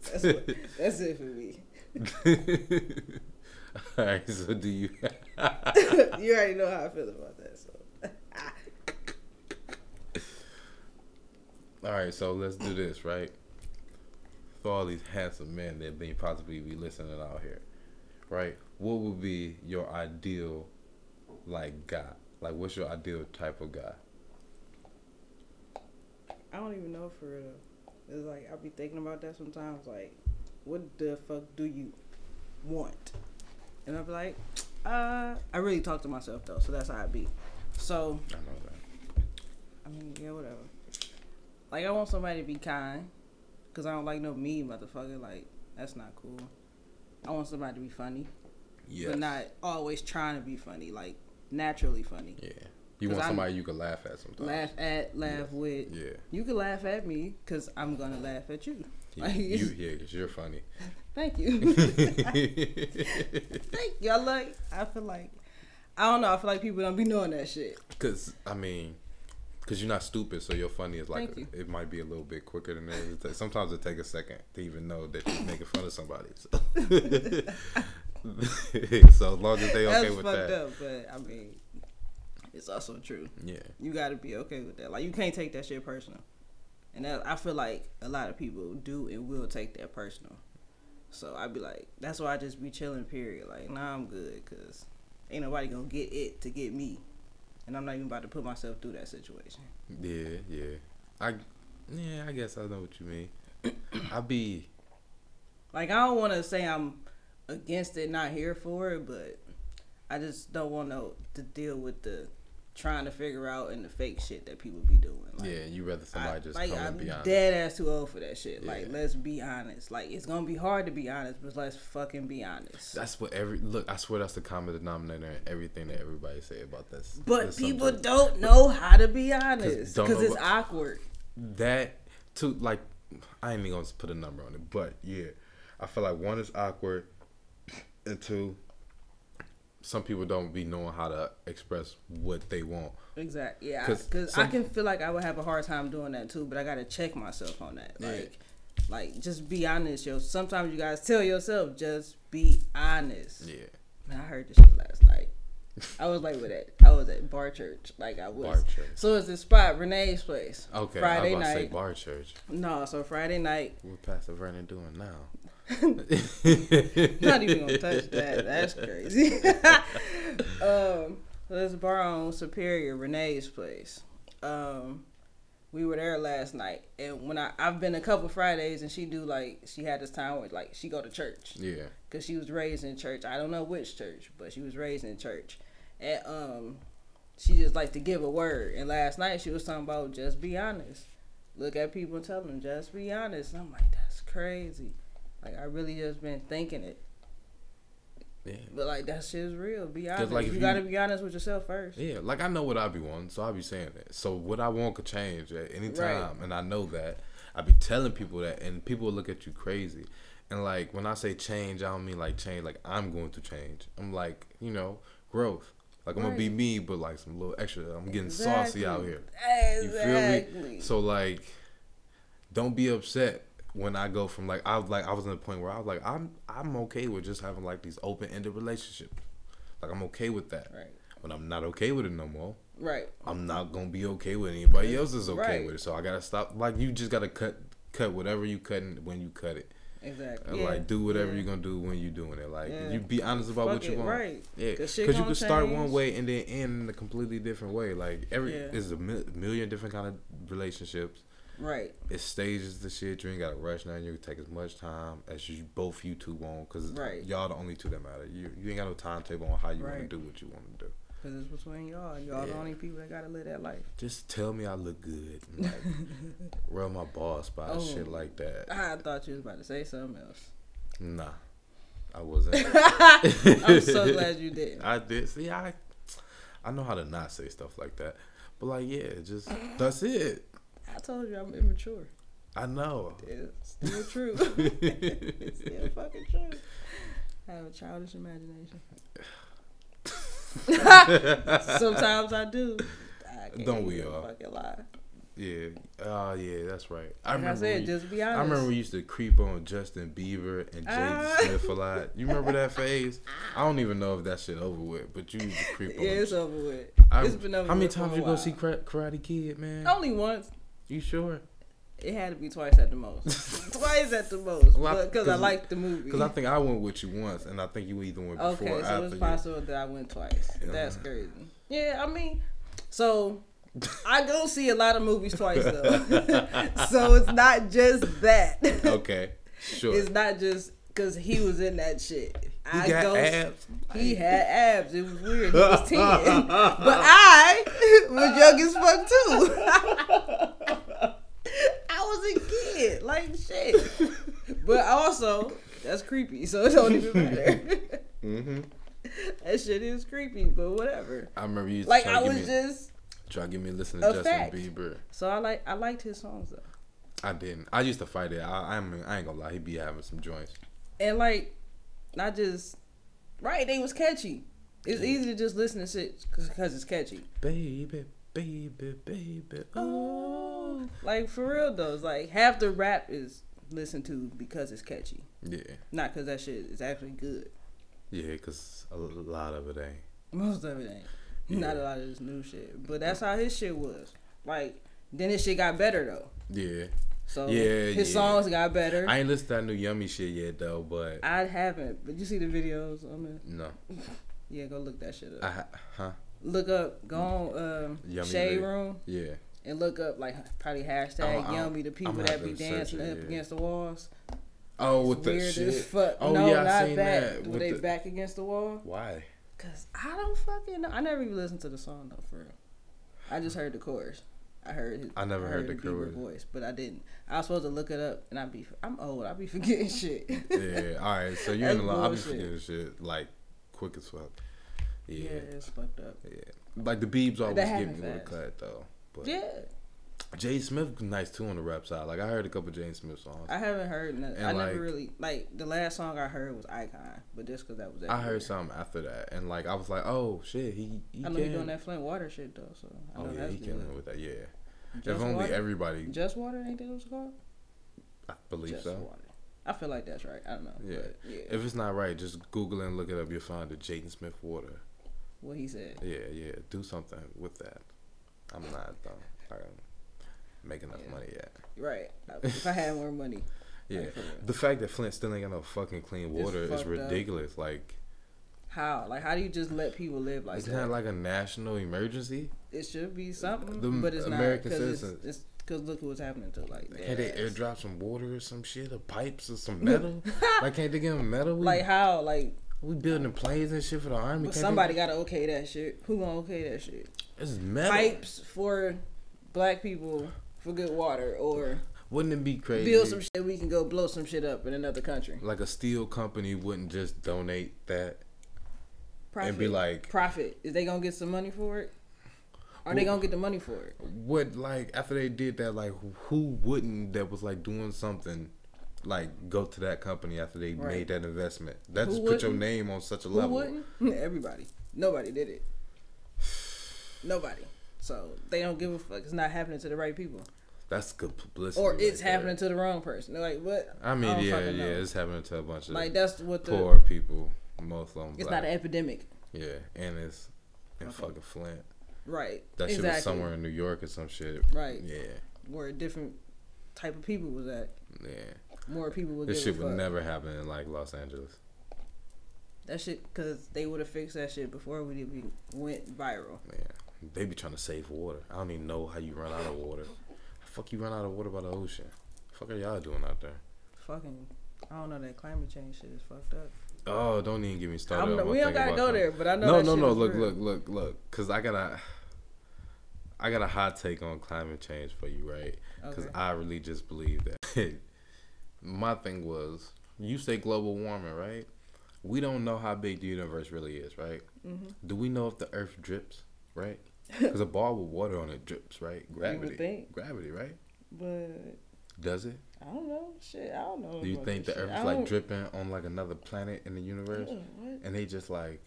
[SPEAKER 2] that's, what, that's it for me.
[SPEAKER 1] all right. So do you?
[SPEAKER 2] you already know how I feel about that. So
[SPEAKER 1] All right. So let's do this right. For all these handsome men that may possibly be listening out here, right? What would be your ideal, like guy? Like, what's your ideal type of guy?
[SPEAKER 2] I don't even know for real. It's like I be thinking about that sometimes. Like, what the fuck do you want? And i be like, uh, I really talk to myself though, so that's how I be. So
[SPEAKER 1] I know that.
[SPEAKER 2] I mean, yeah, whatever. Like, I want somebody to be kind, cause I don't like no mean motherfucker. Like, that's not cool. I want somebody to be funny,
[SPEAKER 1] Yeah.
[SPEAKER 2] but not always trying to be funny. Like, naturally funny.
[SPEAKER 1] Yeah. You
[SPEAKER 2] 'Cause
[SPEAKER 1] want
[SPEAKER 2] I'm-
[SPEAKER 1] somebody you can laugh at sometimes.
[SPEAKER 2] Laugh at, laugh with.
[SPEAKER 1] Yeah.
[SPEAKER 2] You can laugh at me, cause I'm gonna laugh at you.
[SPEAKER 1] Yeah,
[SPEAKER 2] Like,
[SPEAKER 1] you,
[SPEAKER 2] it's-
[SPEAKER 1] yeah, because you're funny.
[SPEAKER 2] Thank you. Thank you. I like. I feel like. I don't know. I feel like people don't be knowing that shit.
[SPEAKER 1] Because, I mean, because you're not stupid, so your funny is like,
[SPEAKER 2] Thank
[SPEAKER 1] it might be a little bit quicker than theirs. It ta- Sometimes it takes a second to even know that you're making fun of somebody. So, so as long as they okay
[SPEAKER 2] That's
[SPEAKER 1] with
[SPEAKER 2] fucked
[SPEAKER 1] that.
[SPEAKER 2] up, but I mean, it's also true.
[SPEAKER 1] Yeah.
[SPEAKER 2] You got to be okay with that. Like you can't take that shit personal. And that, I feel like a lot of people do and will take that personal. So I'd be like, that's why I just be chilling. Period. Like, nah, I'm good, cause ain't nobody gonna get it to get me, and I'm not even about to put myself through that situation.
[SPEAKER 1] Yeah, yeah. I, yeah, I guess I know what you mean. I be,
[SPEAKER 2] Like I don't want to say I'm against it, not here for it, but I just don't want to to deal with the trying to figure out and the fake shit that people be doing. Like,
[SPEAKER 1] yeah, you rather somebody
[SPEAKER 2] I,
[SPEAKER 1] just
[SPEAKER 2] like
[SPEAKER 1] come
[SPEAKER 2] I'm
[SPEAKER 1] and be honest.
[SPEAKER 2] dead ass too old for that shit. Like
[SPEAKER 1] Yeah.
[SPEAKER 2] let's be honest. Like it's gonna be hard to be honest, but let's fucking be honest.
[SPEAKER 1] That's what every look. I swear that's the common denominator in everything that everybody say about this.
[SPEAKER 2] But
[SPEAKER 1] this
[SPEAKER 2] people
[SPEAKER 1] subject.
[SPEAKER 2] don't know how to be honest
[SPEAKER 1] don't
[SPEAKER 2] because
[SPEAKER 1] know
[SPEAKER 2] it's
[SPEAKER 1] what-
[SPEAKER 2] awkward.
[SPEAKER 1] that too. Like I ain't even gonna put a number on it, but yeah, I feel like one is awkward, and two, some people don't be knowing how to express what they want.
[SPEAKER 2] Exactly. Yeah.
[SPEAKER 1] 'Cause
[SPEAKER 2] Because I
[SPEAKER 1] some-
[SPEAKER 2] can feel like I would have a hard time doing that too, but I gotta check myself on that.
[SPEAKER 1] Yeah.
[SPEAKER 2] Like, like just be honest, yo. Sometimes you guys tell yourself just be honest.
[SPEAKER 1] Yeah,
[SPEAKER 2] Man, I heard this shit last night. I was like with that. I was at Bar Church. Like I was.
[SPEAKER 1] bar church.
[SPEAKER 2] So it's this spot, Renee's place.
[SPEAKER 1] Okay,
[SPEAKER 2] Friday
[SPEAKER 1] I was about to say
[SPEAKER 2] night.
[SPEAKER 1] bar church.
[SPEAKER 2] no, so Friday night.
[SPEAKER 1] What Pastor Vernon doing now?
[SPEAKER 2] Not even gonna touch that. That's crazy. um, so this bar on Superior, Renee's place. Um, we were there last night, and when I I've been a couple Fridays, and she do like she had this time where like she go to church
[SPEAKER 1] Yeah,
[SPEAKER 2] because she was raised in church. I don't know which church, but she was raised in church, and um, she just like to give a word. And last night she was talking about just be honest. Look at people and tell them just be honest. And I'm like, that's crazy. Like I really just been thinking it,
[SPEAKER 1] yeah,
[SPEAKER 2] but like that shit is real. Be honest.
[SPEAKER 1] like
[SPEAKER 2] you,
[SPEAKER 1] if you-
[SPEAKER 2] gotta be honest with yourself first.
[SPEAKER 1] yeah. Like I know what I be wanting, so I be saying that. So what I want could change at any
[SPEAKER 2] Right.
[SPEAKER 1] time, and I know that. I be telling people that, and people look at you crazy. And like when I say change, I don't mean like change. Like I'm going to change. I'm like you know growth. Like I'm gonna be
[SPEAKER 2] Right.
[SPEAKER 1] me, but like some little extra. I'm getting saucy out here. You feel me?
[SPEAKER 2] Exactly.
[SPEAKER 1] So like, don't be upset when I go from like I was like I was in a point where I was like I'm I'm okay with just having like these open ended relationships. Like I'm okay with that.
[SPEAKER 2] Right.
[SPEAKER 1] But I'm not okay with it no more.
[SPEAKER 2] Right.
[SPEAKER 1] I'm not gonna be okay with anybody else is okay
[SPEAKER 2] Right.
[SPEAKER 1] with it. So I gotta stop. Like you just gotta cut cut whatever you cutting when you cut it.
[SPEAKER 2] Exactly.
[SPEAKER 1] And
[SPEAKER 2] Yeah.
[SPEAKER 1] like do whatever
[SPEAKER 2] Yeah.
[SPEAKER 1] you're gonna do when you're doing it. Like
[SPEAKER 2] Yeah.
[SPEAKER 1] you be honest about
[SPEAKER 2] Fuck
[SPEAKER 1] what you
[SPEAKER 2] it,
[SPEAKER 1] want.
[SPEAKER 2] right.
[SPEAKER 1] Yeah,
[SPEAKER 2] 'Cause
[SPEAKER 1] because
[SPEAKER 2] shit
[SPEAKER 1] you can
[SPEAKER 2] gonna
[SPEAKER 1] start one
[SPEAKER 2] change.
[SPEAKER 1] way and then end in a completely different way. Like every
[SPEAKER 2] Yeah.
[SPEAKER 1] there's a mil- million different kind of relationships.
[SPEAKER 2] Right.
[SPEAKER 1] It stages the shit. You ain't gotta rush nothing. You can take as much time as you both you two want. Cause
[SPEAKER 2] Right.
[SPEAKER 1] y'all the only two that matter. You you ain't got no timetable on how you want
[SPEAKER 2] Right.
[SPEAKER 1] to do what you want to do.
[SPEAKER 2] Cause it's between y'all. Y'all the
[SPEAKER 1] Yeah.
[SPEAKER 2] only people that gotta live that life.
[SPEAKER 1] Just tell me I look good. and, Like, rub my balls by
[SPEAKER 2] Oh.
[SPEAKER 1] shit like that.
[SPEAKER 2] I thought you was about to say something else.
[SPEAKER 1] Nah, I wasn't.
[SPEAKER 2] I'm so glad you didn't.
[SPEAKER 1] I did. See, I, I know how to not say stuff like that. But like, yeah, just that's it.
[SPEAKER 2] I told you I'm immature.
[SPEAKER 1] I know.
[SPEAKER 2] It's still true. it's still fucking true. I have a childish imagination. Sometimes I do. I can't
[SPEAKER 1] Don't we
[SPEAKER 2] even
[SPEAKER 1] all?
[SPEAKER 2] Fucking lie.
[SPEAKER 1] Yeah. Oh, yeah. That's right. I
[SPEAKER 2] Like I,
[SPEAKER 1] remember.
[SPEAKER 2] said,
[SPEAKER 1] when you-
[SPEAKER 2] just be
[SPEAKER 1] I
[SPEAKER 2] honest.
[SPEAKER 1] remember we used to creep on Justin Bieber and Jaden
[SPEAKER 2] Ah.
[SPEAKER 1] Smith a lot. You remember that phase? I don't even know if that shit over with, but you used to creep on.
[SPEAKER 2] yeah, it's over with.
[SPEAKER 1] I-
[SPEAKER 2] it's been over
[SPEAKER 1] How many
[SPEAKER 2] with for
[SPEAKER 1] times
[SPEAKER 2] a
[SPEAKER 1] you go
[SPEAKER 2] while. Oh.
[SPEAKER 1] see Kara- Karate Kid, man?
[SPEAKER 2] Only once.
[SPEAKER 1] You sure?
[SPEAKER 2] It had to be twice at the most. twice at the most.
[SPEAKER 1] Well, I-
[SPEAKER 2] Because I
[SPEAKER 1] cause-
[SPEAKER 2] liked the movie.
[SPEAKER 1] Because I think I went with you once, and I think you either went before
[SPEAKER 2] Okay,
[SPEAKER 1] or
[SPEAKER 2] so
[SPEAKER 1] after.
[SPEAKER 2] it's
[SPEAKER 1] you.
[SPEAKER 2] possible that I went twice.
[SPEAKER 1] Yeah.
[SPEAKER 2] That's crazy. Yeah, I mean, so I go see a lot of movies twice though, so it's not just that.
[SPEAKER 1] Okay, sure.
[SPEAKER 2] It's not just because he was in that shit.
[SPEAKER 1] he
[SPEAKER 2] I
[SPEAKER 1] got
[SPEAKER 2] go.
[SPEAKER 1] abs.
[SPEAKER 2] He had abs. It was weird. He was ten, but I was young as fuck too. I was a kid, like shit. But also, that's creepy. So it don't even matter.
[SPEAKER 1] Mm-hmm.
[SPEAKER 2] That shit is creepy, but whatever.
[SPEAKER 1] I remember you used
[SPEAKER 2] Like
[SPEAKER 1] to
[SPEAKER 2] I
[SPEAKER 1] try to
[SPEAKER 2] was
[SPEAKER 1] give me,
[SPEAKER 2] just
[SPEAKER 1] try to get me listening
[SPEAKER 2] a
[SPEAKER 1] to Justin
[SPEAKER 2] fact.
[SPEAKER 1] Bieber.
[SPEAKER 2] so I like I liked his songs though,
[SPEAKER 1] I didn't. I used to fight it. I, I, mean, I ain't gonna lie. He be having some joints.
[SPEAKER 2] and like not just right. They was catchy. It's
[SPEAKER 1] Yeah.
[SPEAKER 2] easy to just listen to shit because it's catchy.
[SPEAKER 1] Baby, baby, baby. Oh.
[SPEAKER 2] Like for real though, it's like half the rap is listened to because it's catchy,
[SPEAKER 1] Yeah,
[SPEAKER 2] not because that shit is actually good.
[SPEAKER 1] yeah. Cause a lot of it ain't.
[SPEAKER 2] Most of it ain't. Not a
[SPEAKER 1] Yeah.
[SPEAKER 2] lot of this new shit, but that's how his shit was. Like then his shit got better though.
[SPEAKER 1] Yeah.
[SPEAKER 2] So
[SPEAKER 1] Yeah,
[SPEAKER 2] his
[SPEAKER 1] yeah.
[SPEAKER 2] songs got better.
[SPEAKER 1] I ain't listened to that new yummy shit yet though, but
[SPEAKER 2] I haven't, but you see the videos on the
[SPEAKER 1] no.
[SPEAKER 2] yeah. Go look that shit up.
[SPEAKER 1] I ha- huh?
[SPEAKER 2] look up go on um,
[SPEAKER 1] Yummy
[SPEAKER 2] shade
[SPEAKER 1] Lit.
[SPEAKER 2] room
[SPEAKER 1] Yeah.
[SPEAKER 2] and look up like probably hashtag
[SPEAKER 1] I'ma- I'ma-
[SPEAKER 2] yummy the people
[SPEAKER 1] I'ma
[SPEAKER 2] that
[SPEAKER 1] have
[SPEAKER 2] be
[SPEAKER 1] to search
[SPEAKER 2] dancing
[SPEAKER 1] it,
[SPEAKER 2] up
[SPEAKER 1] yeah.
[SPEAKER 2] against the walls.
[SPEAKER 1] Oh,
[SPEAKER 2] It's
[SPEAKER 1] with the
[SPEAKER 2] weird
[SPEAKER 1] shit.
[SPEAKER 2] as fuck.
[SPEAKER 1] Oh
[SPEAKER 2] no,
[SPEAKER 1] yeah,
[SPEAKER 2] not
[SPEAKER 1] I seen
[SPEAKER 2] back.
[SPEAKER 1] that.
[SPEAKER 2] Were
[SPEAKER 1] With
[SPEAKER 2] they
[SPEAKER 1] the-
[SPEAKER 2] back against the wall?
[SPEAKER 1] Why?
[SPEAKER 2] Cause I don't fucking know. I never even listened to the song though for real. I just heard the chorus. I heard his,
[SPEAKER 1] I never heard the
[SPEAKER 2] Bieber
[SPEAKER 1] chorus.
[SPEAKER 2] voice, but I didn't. I was supposed to look it up, and I be I'm old. I be forgetting shit.
[SPEAKER 1] Yeah. All right. So you in the
[SPEAKER 2] That's
[SPEAKER 1] line? I'll be
[SPEAKER 2] bullshit.
[SPEAKER 1] forgetting shit like quick as fuck.
[SPEAKER 2] yeah,
[SPEAKER 1] Yeah.
[SPEAKER 2] it's fucked up.
[SPEAKER 1] Yeah. Like the Biebs always give
[SPEAKER 2] happened
[SPEAKER 1] me with a
[SPEAKER 2] fast.
[SPEAKER 1] cut though. But
[SPEAKER 2] Yeah,
[SPEAKER 1] Jay Smith was nice too on the rap side. Like I heard a couple Jay Smith songs.
[SPEAKER 2] I haven't heard nothing.
[SPEAKER 1] And,
[SPEAKER 2] I
[SPEAKER 1] like-
[SPEAKER 2] never really like the last song I heard was Icon, but just cause that was
[SPEAKER 1] I
[SPEAKER 2] everywhere.
[SPEAKER 1] heard something after that, and like I was like, oh shit, he he
[SPEAKER 2] I
[SPEAKER 1] came.
[SPEAKER 2] know you're doing that Flint water shit though, so I
[SPEAKER 1] Oh
[SPEAKER 2] know
[SPEAKER 1] yeah,
[SPEAKER 2] that's
[SPEAKER 1] he came in
[SPEAKER 2] good.
[SPEAKER 1] with that. Yeah.
[SPEAKER 2] Just
[SPEAKER 1] if only
[SPEAKER 2] water?
[SPEAKER 1] everybody
[SPEAKER 2] Just water, ain't that what it's called?
[SPEAKER 1] I believe
[SPEAKER 2] Just
[SPEAKER 1] so.
[SPEAKER 2] water. I feel like that's right. I don't know.
[SPEAKER 1] Yeah.
[SPEAKER 2] but yeah.
[SPEAKER 1] If it's not right, just Google it and look it up. You'll find the Jaden Smith water.
[SPEAKER 2] What he said.
[SPEAKER 1] Yeah, yeah. Do something with that. I'm not though. I don't make enough
[SPEAKER 2] Yeah.
[SPEAKER 1] money yet.
[SPEAKER 2] Right. if I had more money.
[SPEAKER 1] Yeah.
[SPEAKER 2] Like, for real.
[SPEAKER 1] The fact that Flint still ain't got no fucking clean water is
[SPEAKER 2] fucked up.
[SPEAKER 1] ridiculous. Like
[SPEAKER 2] How? Like, how do you just let people live like
[SPEAKER 1] it's
[SPEAKER 2] that?
[SPEAKER 1] not like a national emergency.
[SPEAKER 2] it should be something,
[SPEAKER 1] The
[SPEAKER 2] but it's
[SPEAKER 1] American
[SPEAKER 2] not. Cause
[SPEAKER 1] citizens-
[SPEAKER 2] it's because look what's happening to like their
[SPEAKER 1] Can't they
[SPEAKER 2] ass.
[SPEAKER 1] airdrop some water or some shit or pipes or some metal? like can't they give them metal? We,
[SPEAKER 2] Like how? Like
[SPEAKER 1] we building planes and shit for the army.
[SPEAKER 2] but
[SPEAKER 1] Can't they-
[SPEAKER 2] somebody got to okay that shit. Who gonna okay that shit?
[SPEAKER 1] it's metal.
[SPEAKER 2] Pipes for black people for good water, or
[SPEAKER 1] Wouldn't it be crazy?
[SPEAKER 2] build some shit we can go blow some shit up in another country.
[SPEAKER 1] like a steel company wouldn't just donate that.
[SPEAKER 2] Profit.
[SPEAKER 1] be like-
[SPEAKER 2] profit. Is they gonna get some money for it? Are they
[SPEAKER 1] Well-
[SPEAKER 2] gonna get the money for it?
[SPEAKER 1] What like after they did that, like who wouldn't that was like doing something, like go to that company after they
[SPEAKER 2] Right.
[SPEAKER 1] made that investment? That
[SPEAKER 2] Who
[SPEAKER 1] just put your
[SPEAKER 2] wouldn't?
[SPEAKER 1] name on such a
[SPEAKER 2] Who
[SPEAKER 1] level.
[SPEAKER 2] wouldn't? Everybody. Nobody did it. Nobody. So they don't give a fuck. It's not happening to the right people,
[SPEAKER 1] That's good publicity.
[SPEAKER 2] or
[SPEAKER 1] right
[SPEAKER 2] it's
[SPEAKER 1] there.
[SPEAKER 2] happening to the wrong person. They're like, what?
[SPEAKER 1] I mean,
[SPEAKER 2] don't
[SPEAKER 1] yeah, yeah,
[SPEAKER 2] fucking know.
[SPEAKER 1] it's happening to a bunch of
[SPEAKER 2] Like that's what the.
[SPEAKER 1] poor people, most of them.
[SPEAKER 2] It's
[SPEAKER 1] black.
[SPEAKER 2] not an epidemic,
[SPEAKER 1] yeah, and it's in
[SPEAKER 2] Okay.
[SPEAKER 1] fucking Flint.
[SPEAKER 2] right?
[SPEAKER 1] That shit
[SPEAKER 2] exactly.
[SPEAKER 1] was somewhere in New York or some shit.
[SPEAKER 2] Right.
[SPEAKER 1] Yeah,
[SPEAKER 2] Where a different type of people was at.
[SPEAKER 1] yeah.
[SPEAKER 2] More people would
[SPEAKER 1] This
[SPEAKER 2] give
[SPEAKER 1] shit
[SPEAKER 2] a fuck.
[SPEAKER 1] would never happen in like Los Angeles.
[SPEAKER 2] that shit, because they would have fixed that shit before we even went viral.
[SPEAKER 1] Yeah, they be trying to save water. I don't even know how you run out of water. How fuck you run out of water by the ocean? Fuck are y'all doing out there?
[SPEAKER 2] Fucking, I don't know that climate change shit is fucked up.
[SPEAKER 1] Oh, don't even get me started.
[SPEAKER 2] I'm
[SPEAKER 1] on
[SPEAKER 2] not,
[SPEAKER 1] my
[SPEAKER 2] we don't
[SPEAKER 1] thing
[SPEAKER 2] gotta
[SPEAKER 1] about
[SPEAKER 2] go
[SPEAKER 1] Kanye.
[SPEAKER 2] there, but I know.
[SPEAKER 1] No,
[SPEAKER 2] that
[SPEAKER 1] no,
[SPEAKER 2] shit
[SPEAKER 1] no.
[SPEAKER 2] is
[SPEAKER 1] Look,
[SPEAKER 2] real.
[SPEAKER 1] look, look, look. Cause I got a, I got a hot take on climate change for you, right? Cause
[SPEAKER 2] Okay.
[SPEAKER 1] I really just believe that. My thing was, you say global warming, right? We don't know how big the universe really is, right? Do we know if the Earth drips, right? Because a ball with water on it drips, right? Gravity,
[SPEAKER 2] think.
[SPEAKER 1] gravity, right?
[SPEAKER 2] But
[SPEAKER 1] Does it?
[SPEAKER 2] I don't know. Shit, I don't know.
[SPEAKER 1] Do you
[SPEAKER 2] about
[SPEAKER 1] think
[SPEAKER 2] this
[SPEAKER 1] the
[SPEAKER 2] Oh shit.
[SPEAKER 1] Earth
[SPEAKER 2] I
[SPEAKER 1] is like
[SPEAKER 2] don't-
[SPEAKER 1] dripping on like another planet in the universe?
[SPEAKER 2] Yeah, what?
[SPEAKER 1] and they just like,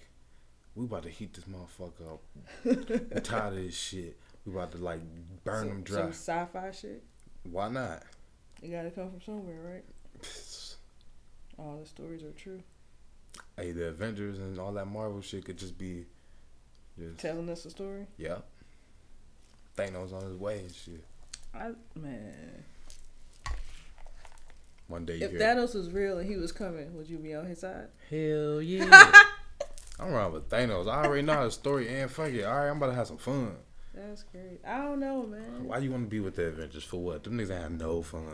[SPEAKER 1] we about to heat this motherfucker up. we tired of this shit. We about to like burn them
[SPEAKER 2] Some,
[SPEAKER 1] dry.
[SPEAKER 2] some sci-fi shit.
[SPEAKER 1] Why not?
[SPEAKER 2] It gotta come from somewhere, right? All the stories are true.
[SPEAKER 1] hey, the Avengers and all that Marvel shit could just be, just
[SPEAKER 2] Telling us a story.
[SPEAKER 1] yeah. Thanos on his way and shit.
[SPEAKER 2] I man,
[SPEAKER 1] One day you
[SPEAKER 2] if
[SPEAKER 1] hear,
[SPEAKER 2] Thanos was real and he was coming, would you be on his side?
[SPEAKER 1] hell yeah. I'm around with Thanos. I already know the story and fuck it. All right, I'm about to have some fun.
[SPEAKER 2] That's crazy. I don't know, man.
[SPEAKER 1] Why you want to be with the Avengers for what? Them niggas have no fun.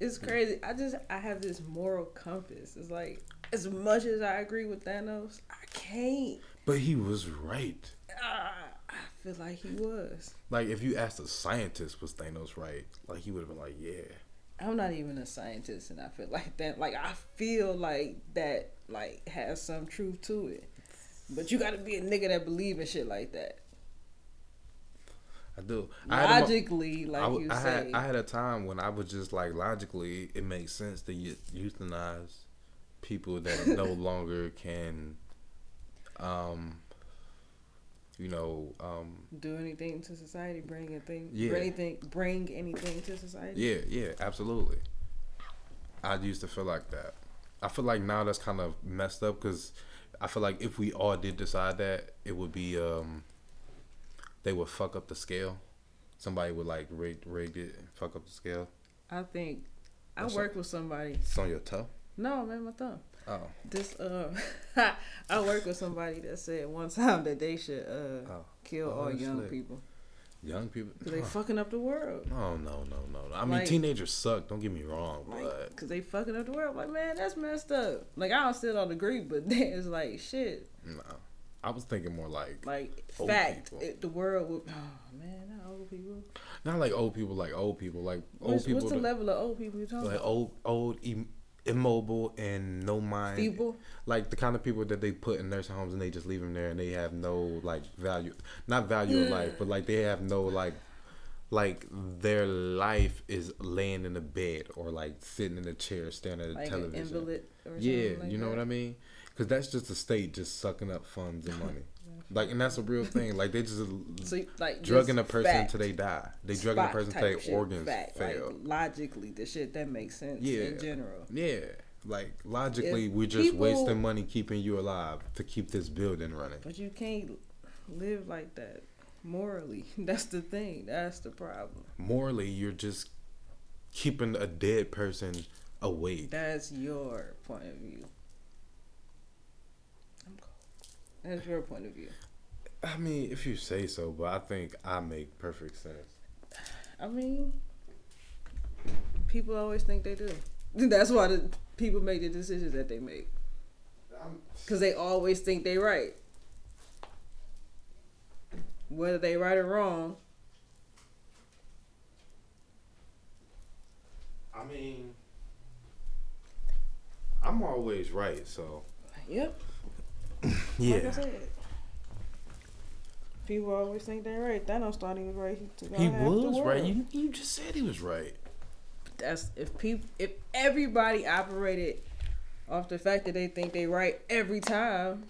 [SPEAKER 2] It's crazy. I just I have this moral compass. It's like as much as I agree with Thanos, I can't.
[SPEAKER 1] But he was right.
[SPEAKER 2] Ah, I feel like he was.
[SPEAKER 1] Like if you asked a scientist was Thanos right, like he would have been like, yeah.
[SPEAKER 2] I'm not even a scientist, and I feel like that. Like I feel like that. Like has some truth to it. But you gotta be a nigga that believe in shit like that.
[SPEAKER 1] I do. I had, a, mo-
[SPEAKER 2] Logically, like
[SPEAKER 1] I, w-
[SPEAKER 2] you
[SPEAKER 1] I
[SPEAKER 2] say.
[SPEAKER 1] had I had a time when I was just like logically, it makes sense to eu- euthanize people that no longer can, um, you know, um,
[SPEAKER 2] do anything to society, bring anything,
[SPEAKER 1] Yeah.
[SPEAKER 2] bring anything, bring anything to society.
[SPEAKER 1] yeah, yeah, absolutely. I used to feel like that. I feel like now that's kind of messed up because I feel like if we all did decide that, it would be um, they would fuck up the scale. Somebody would like rig, rig it and fuck up the scale.
[SPEAKER 2] I think I
[SPEAKER 1] That's
[SPEAKER 2] work with somebody.
[SPEAKER 1] It's on your toe.
[SPEAKER 2] No, man, my thumb.
[SPEAKER 1] Oh.
[SPEAKER 2] This um, I work with somebody that said one time that they should uh
[SPEAKER 1] Oh.
[SPEAKER 2] kill
[SPEAKER 1] Oh,
[SPEAKER 2] all
[SPEAKER 1] that's
[SPEAKER 2] young
[SPEAKER 1] lit.
[SPEAKER 2] people
[SPEAKER 1] Young people.
[SPEAKER 2] 'cause they
[SPEAKER 1] Huh.
[SPEAKER 2] fucking up the world.
[SPEAKER 1] No, no, no, no. no. I mean,
[SPEAKER 2] Like-
[SPEAKER 1] teenagers suck. Don't get me wrong,
[SPEAKER 2] Like,
[SPEAKER 1] but
[SPEAKER 2] 'cause they fucking up the world. Like, man, that's messed up. Like, I don't still don't agree, but it's like shit.
[SPEAKER 1] no. I was thinking more like
[SPEAKER 2] Like,
[SPEAKER 1] Old
[SPEAKER 2] fact,
[SPEAKER 1] people.
[SPEAKER 2] it, the world would. Oh man, not old people.
[SPEAKER 1] not like old people, like old people, like old
[SPEAKER 2] What's,
[SPEAKER 1] people,
[SPEAKER 2] what's the
[SPEAKER 1] that-
[SPEAKER 2] level of old people you talking
[SPEAKER 1] like
[SPEAKER 2] about?
[SPEAKER 1] old, old, im- immobile and no mind.
[SPEAKER 2] Feeble?
[SPEAKER 1] Like the kind of people that they put in nursing homes and they just leave them there and they have no like value, not value of life, but like they have no like. Like their life is laying in a bed or like sitting in a chair, staring at a
[SPEAKER 2] Like an
[SPEAKER 1] television.
[SPEAKER 2] invalid or something
[SPEAKER 1] Yeah,
[SPEAKER 2] like
[SPEAKER 1] you know
[SPEAKER 2] that?
[SPEAKER 1] what I mean? Because that's just the state just sucking up funds and money. like, and that's a real thing. Like, they just
[SPEAKER 2] So like
[SPEAKER 1] drugging a
[SPEAKER 2] just
[SPEAKER 1] person
[SPEAKER 2] fact,
[SPEAKER 1] till they die. They drugging a
[SPEAKER 2] spot
[SPEAKER 1] person till
[SPEAKER 2] type
[SPEAKER 1] their
[SPEAKER 2] shit,
[SPEAKER 1] organs
[SPEAKER 2] fact,
[SPEAKER 1] fail.
[SPEAKER 2] Like, logically, the shit that makes sense
[SPEAKER 1] Yeah.
[SPEAKER 2] in general.
[SPEAKER 1] yeah. Like, logically,
[SPEAKER 2] If
[SPEAKER 1] we're just
[SPEAKER 2] people-
[SPEAKER 1] wasting money keeping you alive to keep this building running.
[SPEAKER 2] But you can't live like that morally. That's the thing. That's the problem.
[SPEAKER 1] Morally, you're just keeping a dead person awake.
[SPEAKER 2] That's your point of view. I'm cold. That's your point of view.
[SPEAKER 1] I mean, if you say so, but I think I make perfect sense.
[SPEAKER 2] I mean, people always think they do. That's why the people make the decisions that they make. Because they always think they right. Whether they right or wrong,
[SPEAKER 1] I mean, I'm always right, so.
[SPEAKER 2] yep,
[SPEAKER 1] Yeah.
[SPEAKER 2] like I said. People always think they right. Thanos thought he was right. He, took out
[SPEAKER 1] He
[SPEAKER 2] half the
[SPEAKER 1] was
[SPEAKER 2] world.
[SPEAKER 1] right. You, you just said he was right.
[SPEAKER 2] That's if people, if everybody operated off the fact that they think they right every time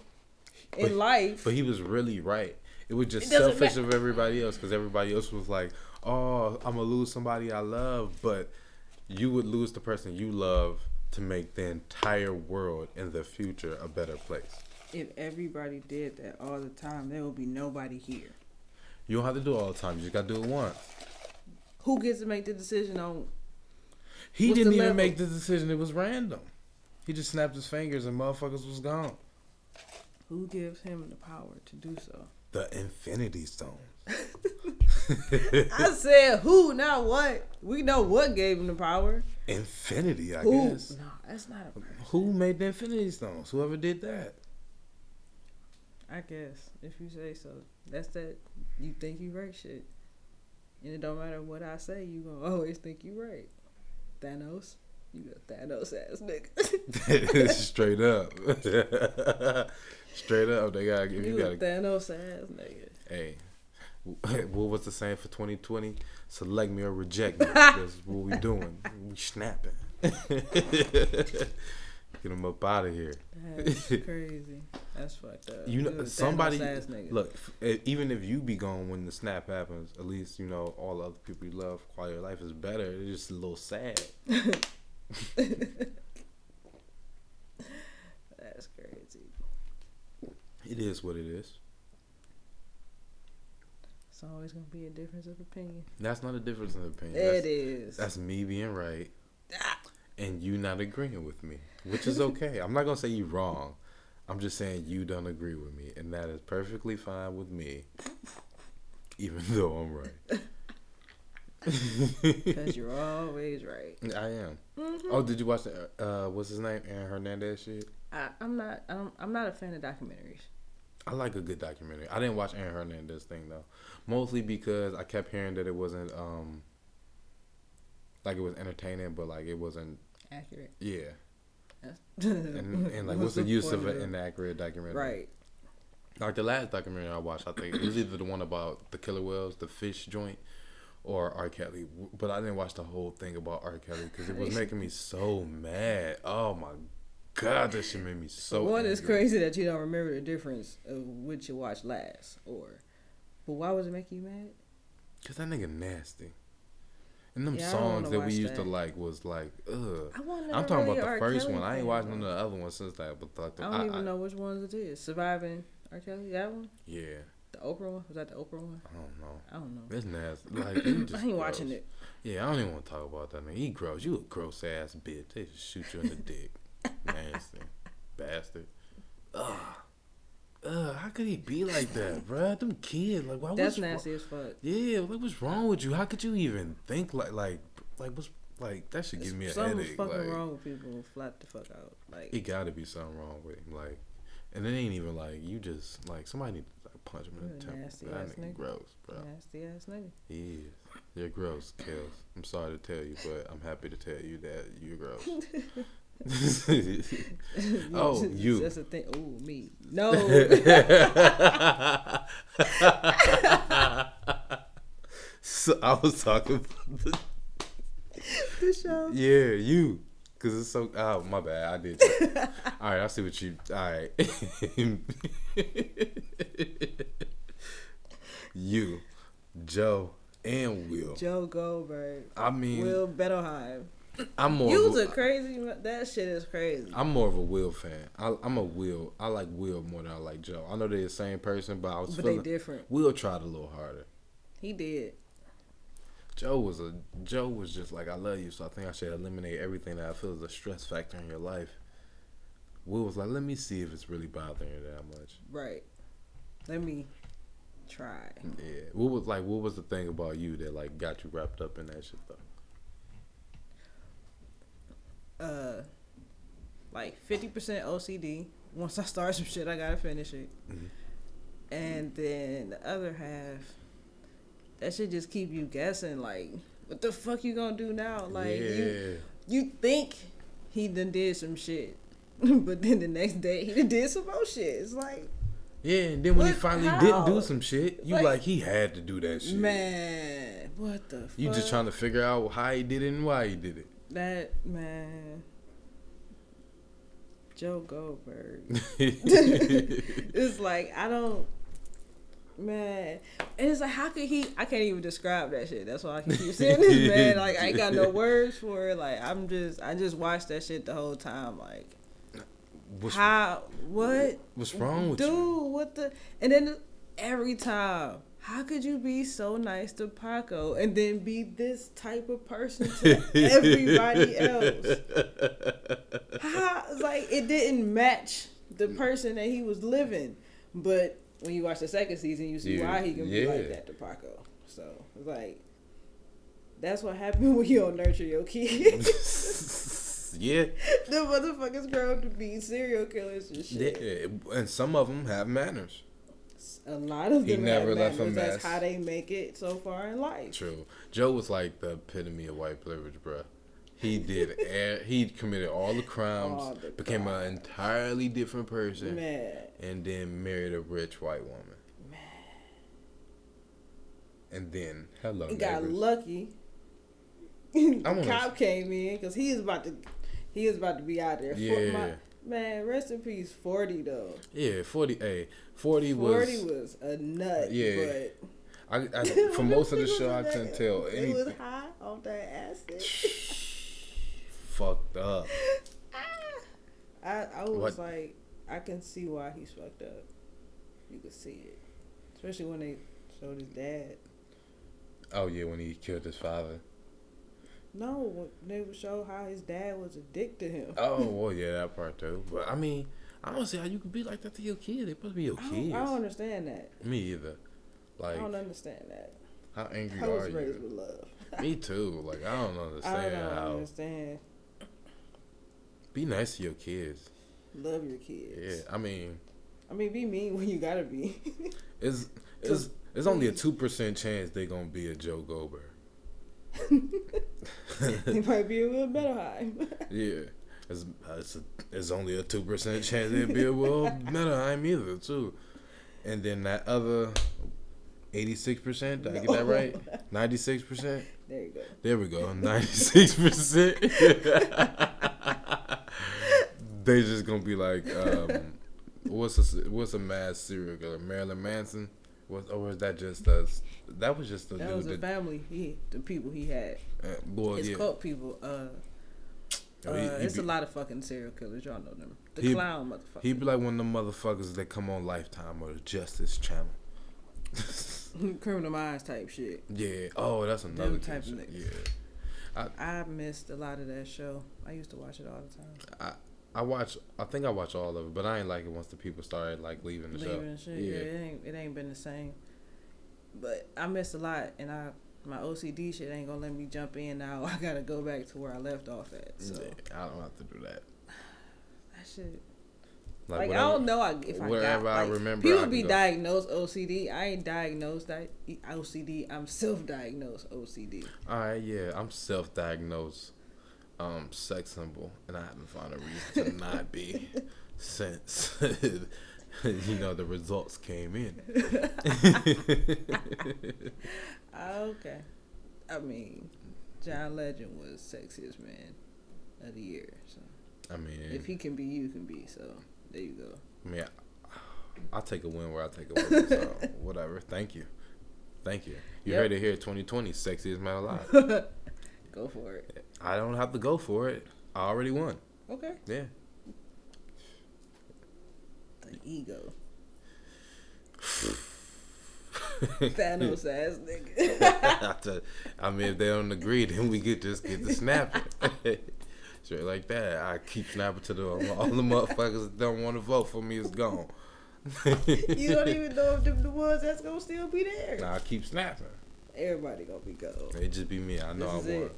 [SPEAKER 2] in
[SPEAKER 1] But-
[SPEAKER 2] life.
[SPEAKER 1] But he was really right. It was just
[SPEAKER 2] It doesn't
[SPEAKER 1] selfish of everybody else because everybody else was like, oh, I'm going to lose somebody I love. But you would lose the person you love to make the entire world in the future a better place.
[SPEAKER 2] If everybody did that all the time, there would be nobody here.
[SPEAKER 1] You don't have to do it all the time. You just got to do it once.
[SPEAKER 2] Who gets to make the decision on?
[SPEAKER 1] He
[SPEAKER 2] What's
[SPEAKER 1] didn't
[SPEAKER 2] the
[SPEAKER 1] even
[SPEAKER 2] level?
[SPEAKER 1] make the decision. It was random. He just snapped his fingers and motherfuckers was gone.
[SPEAKER 2] Who gives him the power to do so?
[SPEAKER 1] The Infinity Stones.
[SPEAKER 2] I said who, not what. We know what gave him the power.
[SPEAKER 1] Infinity, I
[SPEAKER 2] Who?
[SPEAKER 1] guess.
[SPEAKER 2] No, that's not a person.
[SPEAKER 1] Who made the Infinity Stones? Whoever did that.
[SPEAKER 2] I guess if you say so, that's that. You think you right shit, and it don't matter what I say. You gonna always think you right. Thanos, you a Thanos ass nigga.
[SPEAKER 1] Straight up. Straight up. They gotta give
[SPEAKER 2] you
[SPEAKER 1] you
[SPEAKER 2] a
[SPEAKER 1] gotta
[SPEAKER 2] Thanos ass nigga.
[SPEAKER 1] Hey, what was the saying for 2020? Select me or reject me. That's what we doing. We snapping. Get them up out of here.
[SPEAKER 2] That's crazy. That's fucked up.
[SPEAKER 1] You
[SPEAKER 2] a
[SPEAKER 1] know,
[SPEAKER 2] Thanos
[SPEAKER 1] somebody.
[SPEAKER 2] ass nigga.
[SPEAKER 1] Look, if, even if you be gone when the snap happens, at least you know all the other people you love. Quality of life is better. It's just a little sad.
[SPEAKER 2] That's crazy.
[SPEAKER 1] It is what it is.
[SPEAKER 2] It's always gonna be a difference of opinion.
[SPEAKER 1] That's not a difference in opinion.
[SPEAKER 2] It
[SPEAKER 1] That's,
[SPEAKER 2] is.
[SPEAKER 1] that's me being right, and you not agreeing with me, which is okay. I'm not gonna say you wrong. I'm just saying you don't agree with me, and that is perfectly fine with me. Even though I'm right.
[SPEAKER 2] Cause you're always right.
[SPEAKER 1] I am. Oh, did you watch the uh, what's his name Aaron Hernandez shit?
[SPEAKER 2] I, I'm not. I'm, I'm not a fan of documentaries.
[SPEAKER 1] I like a good documentary. I didn't watch Aaron Hernandez thing though, mostly because I kept hearing that it wasn't um like it was entertaining, but like it wasn't
[SPEAKER 2] Accurate.
[SPEAKER 1] yeah.
[SPEAKER 2] That's-
[SPEAKER 1] And,
[SPEAKER 2] Mm-hmm.
[SPEAKER 1] and like, what's the use of
[SPEAKER 2] point
[SPEAKER 1] an inaccurate documentary?
[SPEAKER 2] Right.
[SPEAKER 1] Like the last documentary I watched, I think it was either the one about the killer whales, the fish joint, or R. Kelly. But I didn't watch the whole thing about R. Kelly because it was making me so mad. Oh my god, that shit made me so.
[SPEAKER 2] One is
[SPEAKER 1] angry.
[SPEAKER 2] crazy that you don't remember the difference of what you watched last, or but why was it making you mad?
[SPEAKER 1] Cause that nigga nasty. And them
[SPEAKER 2] Yeah, I don't wanna
[SPEAKER 1] songs that we
[SPEAKER 2] watch
[SPEAKER 1] used to
[SPEAKER 2] that.
[SPEAKER 1] like was like, ugh.
[SPEAKER 2] I want.
[SPEAKER 1] I'm talking about the first one. I ain't watched none of the other ones since that. But like, the,
[SPEAKER 2] I don't
[SPEAKER 1] I,
[SPEAKER 2] even
[SPEAKER 1] I-
[SPEAKER 2] know which ones it is. Surviving R. Kelly, that one,
[SPEAKER 1] Yeah,
[SPEAKER 2] the Oprah one. Was that the Oprah one?
[SPEAKER 1] I don't know.
[SPEAKER 2] I don't know.
[SPEAKER 1] It's nasty. Like, it
[SPEAKER 2] I
[SPEAKER 1] just
[SPEAKER 2] ain't watching
[SPEAKER 1] gross.
[SPEAKER 2] it.
[SPEAKER 1] Yeah, I don't even want to talk about that man. He gross. You a gross ass bitch. They just shoot you in the dick. Nasty bastard. Ugh. Ugh. How could he be like that, bruh? Them kids. Like, why?
[SPEAKER 2] That's
[SPEAKER 1] what's wro-
[SPEAKER 2] nasty as fuck.
[SPEAKER 1] Yeah. Like, what's wrong with you? How could you even think like like like what's like that should give me a
[SPEAKER 2] Something's
[SPEAKER 1] headache.
[SPEAKER 2] fucking
[SPEAKER 1] Like,
[SPEAKER 2] wrong with people. who Flap the fuck out. Like
[SPEAKER 1] it got to be something wrong with him. Like, and it ain't even like you just like somebody need to like punch him in
[SPEAKER 2] You're a
[SPEAKER 1] the temple.
[SPEAKER 2] nasty
[SPEAKER 1] That
[SPEAKER 2] ass
[SPEAKER 1] nigga
[SPEAKER 2] nigga.
[SPEAKER 1] gross, bro.
[SPEAKER 2] nasty ass nigga.
[SPEAKER 1] He is. You're gross, Kels. I'm sorry to tell you, but I'm happy to tell you that you're gross. Oh, you.
[SPEAKER 2] That's the thing. Oh, me. No.
[SPEAKER 1] so I was talking about the,
[SPEAKER 2] the show.
[SPEAKER 1] yeah, you. Cause it's so oh my bad, I did that. Alright, I see what you alright. you, Joe, and Will.
[SPEAKER 2] Joe Goldberg.
[SPEAKER 1] I mean
[SPEAKER 2] Will Bettelheim.
[SPEAKER 1] I'm more of
[SPEAKER 2] You
[SPEAKER 1] a-
[SPEAKER 2] a crazy. That shit is crazy.
[SPEAKER 1] I'm more of a Will fan. I, I'm a Will. I like Will more than I like Joe. I know they're the same person, but I was
[SPEAKER 2] But they
[SPEAKER 1] feeling
[SPEAKER 2] different.
[SPEAKER 1] Will tried a little harder.
[SPEAKER 2] He did.
[SPEAKER 1] Joe was a Joe was just like I love you, so I think I should eliminate everything that I feel is a stress factor in your life. Will was like, let me see if it's really bothering you that much.
[SPEAKER 2] Right. Let me try.
[SPEAKER 1] Yeah. What was like? What was the thing about you that like got you wrapped up in that shit though?
[SPEAKER 2] Uh, like fifty percent OCD. Once I start some shit, I gotta finish it.
[SPEAKER 1] Mhm.
[SPEAKER 2] And then the other half, that should just keep you guessing. Like, what the fuck you gonna do now? Like, you
[SPEAKER 1] yeah.
[SPEAKER 2] you think he done did some shit, but then the next day he done did some more shit. It's like,
[SPEAKER 1] Yeah, and then when he
[SPEAKER 2] What?
[SPEAKER 1] finally
[SPEAKER 2] How?
[SPEAKER 1] didn't do some shit, you like,
[SPEAKER 2] Like-
[SPEAKER 1] he had to do that shit.
[SPEAKER 2] man, what the fuck?
[SPEAKER 1] You just trying to figure out how he did it and why he did it.
[SPEAKER 2] that man. Joe Goldberg. it's like I don't, man. And it's like how could he? I can't even describe that shit. That's why I can keep saying this, man. Like I ain't got no words for it. Like I'm just, I just watched that shit the whole time. Like
[SPEAKER 1] What's,
[SPEAKER 2] how? What?
[SPEAKER 1] what's wrong with
[SPEAKER 2] dude,
[SPEAKER 1] you?
[SPEAKER 2] what the? And then every time, how could you be so nice to Paco and then be this type of person to everybody else? How? It's Like it didn't match the person that he was living. But when you watch the second season, you see
[SPEAKER 1] Yeah,
[SPEAKER 2] why he can be
[SPEAKER 1] yeah.
[SPEAKER 2] like that to Paco. So it's like that's what happened when you don't nurture your kids.
[SPEAKER 1] yeah,
[SPEAKER 2] the motherfuckers grow up to be serial killers and shit.
[SPEAKER 1] yeah, and some of them have manners.
[SPEAKER 2] A lot of
[SPEAKER 1] He
[SPEAKER 2] them
[SPEAKER 1] never
[SPEAKER 2] have
[SPEAKER 1] left a
[SPEAKER 2] manners.
[SPEAKER 1] mess.
[SPEAKER 2] That's how they make it so far in life.
[SPEAKER 1] True. Joe was like the epitome of white privilege, bruh. He did. e- he committed all the crimes,
[SPEAKER 2] All the
[SPEAKER 1] became an
[SPEAKER 2] crimes.
[SPEAKER 1] entirely different person,
[SPEAKER 2] Man,
[SPEAKER 1] and then married a rich white woman.
[SPEAKER 2] Man.
[SPEAKER 1] And then, hello,
[SPEAKER 2] he got
[SPEAKER 1] neighbors.
[SPEAKER 2] lucky. The
[SPEAKER 1] wanna-
[SPEAKER 2] cop came in because he was about to, he was about to be out there. For
[SPEAKER 1] Yeah.
[SPEAKER 2] my, man, rest in peace. Forty though.
[SPEAKER 1] yeah, forty. Hey, forty was.
[SPEAKER 2] Forty was, a nut.
[SPEAKER 1] Yeah.
[SPEAKER 2] Yeah.
[SPEAKER 1] I, I,
[SPEAKER 2] But
[SPEAKER 1] for most of the
[SPEAKER 2] It was
[SPEAKER 1] show,
[SPEAKER 2] a
[SPEAKER 1] I
[SPEAKER 2] nut.
[SPEAKER 1] couldn't tell
[SPEAKER 2] It was
[SPEAKER 1] anything.
[SPEAKER 2] high off that acid.
[SPEAKER 1] Fucked up.
[SPEAKER 2] I, I was
[SPEAKER 1] What?
[SPEAKER 2] like, I can see why he's fucked up. You could see it, especially when they showed his dad.
[SPEAKER 1] Oh yeah, when he killed his father.
[SPEAKER 2] No, when they would show how his dad was a dick to him.
[SPEAKER 1] Oh well, yeah, that part too. But I mean, I don't see how you could be like that to your kid. They supposed to be your
[SPEAKER 2] I don't,
[SPEAKER 1] kids.
[SPEAKER 2] I don't understand that.
[SPEAKER 1] Me either.
[SPEAKER 2] I
[SPEAKER 1] Like,
[SPEAKER 2] don't understand that.
[SPEAKER 1] how angry
[SPEAKER 2] I
[SPEAKER 1] are
[SPEAKER 2] was raised
[SPEAKER 1] you?
[SPEAKER 2] with love.
[SPEAKER 1] Me too. Like, I don't
[SPEAKER 2] I don't
[SPEAKER 1] understand how.
[SPEAKER 2] understand.
[SPEAKER 1] Be nice to your kids.
[SPEAKER 2] Love your kids.
[SPEAKER 1] Yeah, I mean,
[SPEAKER 2] I mean, be mean when you gotta be.
[SPEAKER 1] it's it's it's only a two percent chance they're gonna be a Joe Goldberg.
[SPEAKER 2] it might be a little better high.
[SPEAKER 1] Yeah. It's, it's, it's only a 2% chance it'd be a well Menaheim either, too. And then that other 86%, did I get that
[SPEAKER 2] No.
[SPEAKER 1] right? 96%?
[SPEAKER 2] there you go.
[SPEAKER 1] There we go, 96%. they just gonna be like, um, what's a, what's a mass serial killer? Marilyn Manson? Was, or was that just us? That was just the
[SPEAKER 2] That was
[SPEAKER 1] dude
[SPEAKER 2] the
[SPEAKER 1] that.
[SPEAKER 2] family. He, the people he had.
[SPEAKER 1] Uh, boy,
[SPEAKER 2] It's
[SPEAKER 1] yeah.
[SPEAKER 2] cult people. Uh,
[SPEAKER 1] Oh, he-
[SPEAKER 2] uh,
[SPEAKER 1] he
[SPEAKER 2] it's a
[SPEAKER 1] be-
[SPEAKER 2] lot of fucking serial killers. Y'all know them. The
[SPEAKER 1] He-
[SPEAKER 2] clown motherfucker.
[SPEAKER 1] He'd be like one of them motherfuckers that come on Lifetime or the Justice Channel.
[SPEAKER 2] Criminal Minds type shit.
[SPEAKER 1] yeah. Oh, that's another good
[SPEAKER 2] type
[SPEAKER 1] show.
[SPEAKER 2] niggas.
[SPEAKER 1] Yeah.
[SPEAKER 2] I missed a lot of that show. I used to watch it all the time.
[SPEAKER 1] I watch. I think I watch all of it, but I ain't like it once the people started like leaving the
[SPEAKER 2] Leaving and
[SPEAKER 1] show.
[SPEAKER 2] shit. Yeah, it ain't it ain't been the same. But I missed a lot, and I my OCD shit ain't gonna let me jump in now. I gotta go back to where I left off at. So
[SPEAKER 1] Yeah, I don't have to do that.
[SPEAKER 2] I should
[SPEAKER 1] Like,
[SPEAKER 2] like,
[SPEAKER 1] whatever,
[SPEAKER 2] I don't know I, if I got
[SPEAKER 1] whatever I
[SPEAKER 2] like,
[SPEAKER 1] remember, I
[SPEAKER 2] People
[SPEAKER 1] can
[SPEAKER 2] be
[SPEAKER 1] go.
[SPEAKER 2] diagnosed OCD. I ain't diagnosed E, di- OCD. I'm self-diagnosed OCD.
[SPEAKER 1] All right. Yeah, I'm self-diagnosed, um, sex symbol, and I haven't found a reason to not be since. you know the results came in.
[SPEAKER 2] Okay. I mean, John Legend was sexiest man of the year. So
[SPEAKER 1] I mean,
[SPEAKER 2] if he can be, you can be. So there you go.
[SPEAKER 1] I mean, I, will take a win where I take a win. so whatever. Thank you. Thank you. You
[SPEAKER 2] Yep.
[SPEAKER 1] heard it here. 2020, sexiest man alive.
[SPEAKER 2] Go for it.
[SPEAKER 1] I don't have to go for it. I already won.
[SPEAKER 2] Okay.
[SPEAKER 1] Yeah.
[SPEAKER 2] The ego. Thanos ass nigga.
[SPEAKER 1] I t- I mean, if they don't agree, then we could just get to snapping. Straight like that. I keep snapping to the all the motherfuckers that don't want to vote for me is gone.
[SPEAKER 2] you don't even know if them the ones that's gonna still be there.
[SPEAKER 1] Nah, I keep snapping.
[SPEAKER 2] Everybody gonna be gold.
[SPEAKER 1] It just be me. I know
[SPEAKER 2] This
[SPEAKER 1] I
[SPEAKER 2] is
[SPEAKER 1] won.
[SPEAKER 2] it.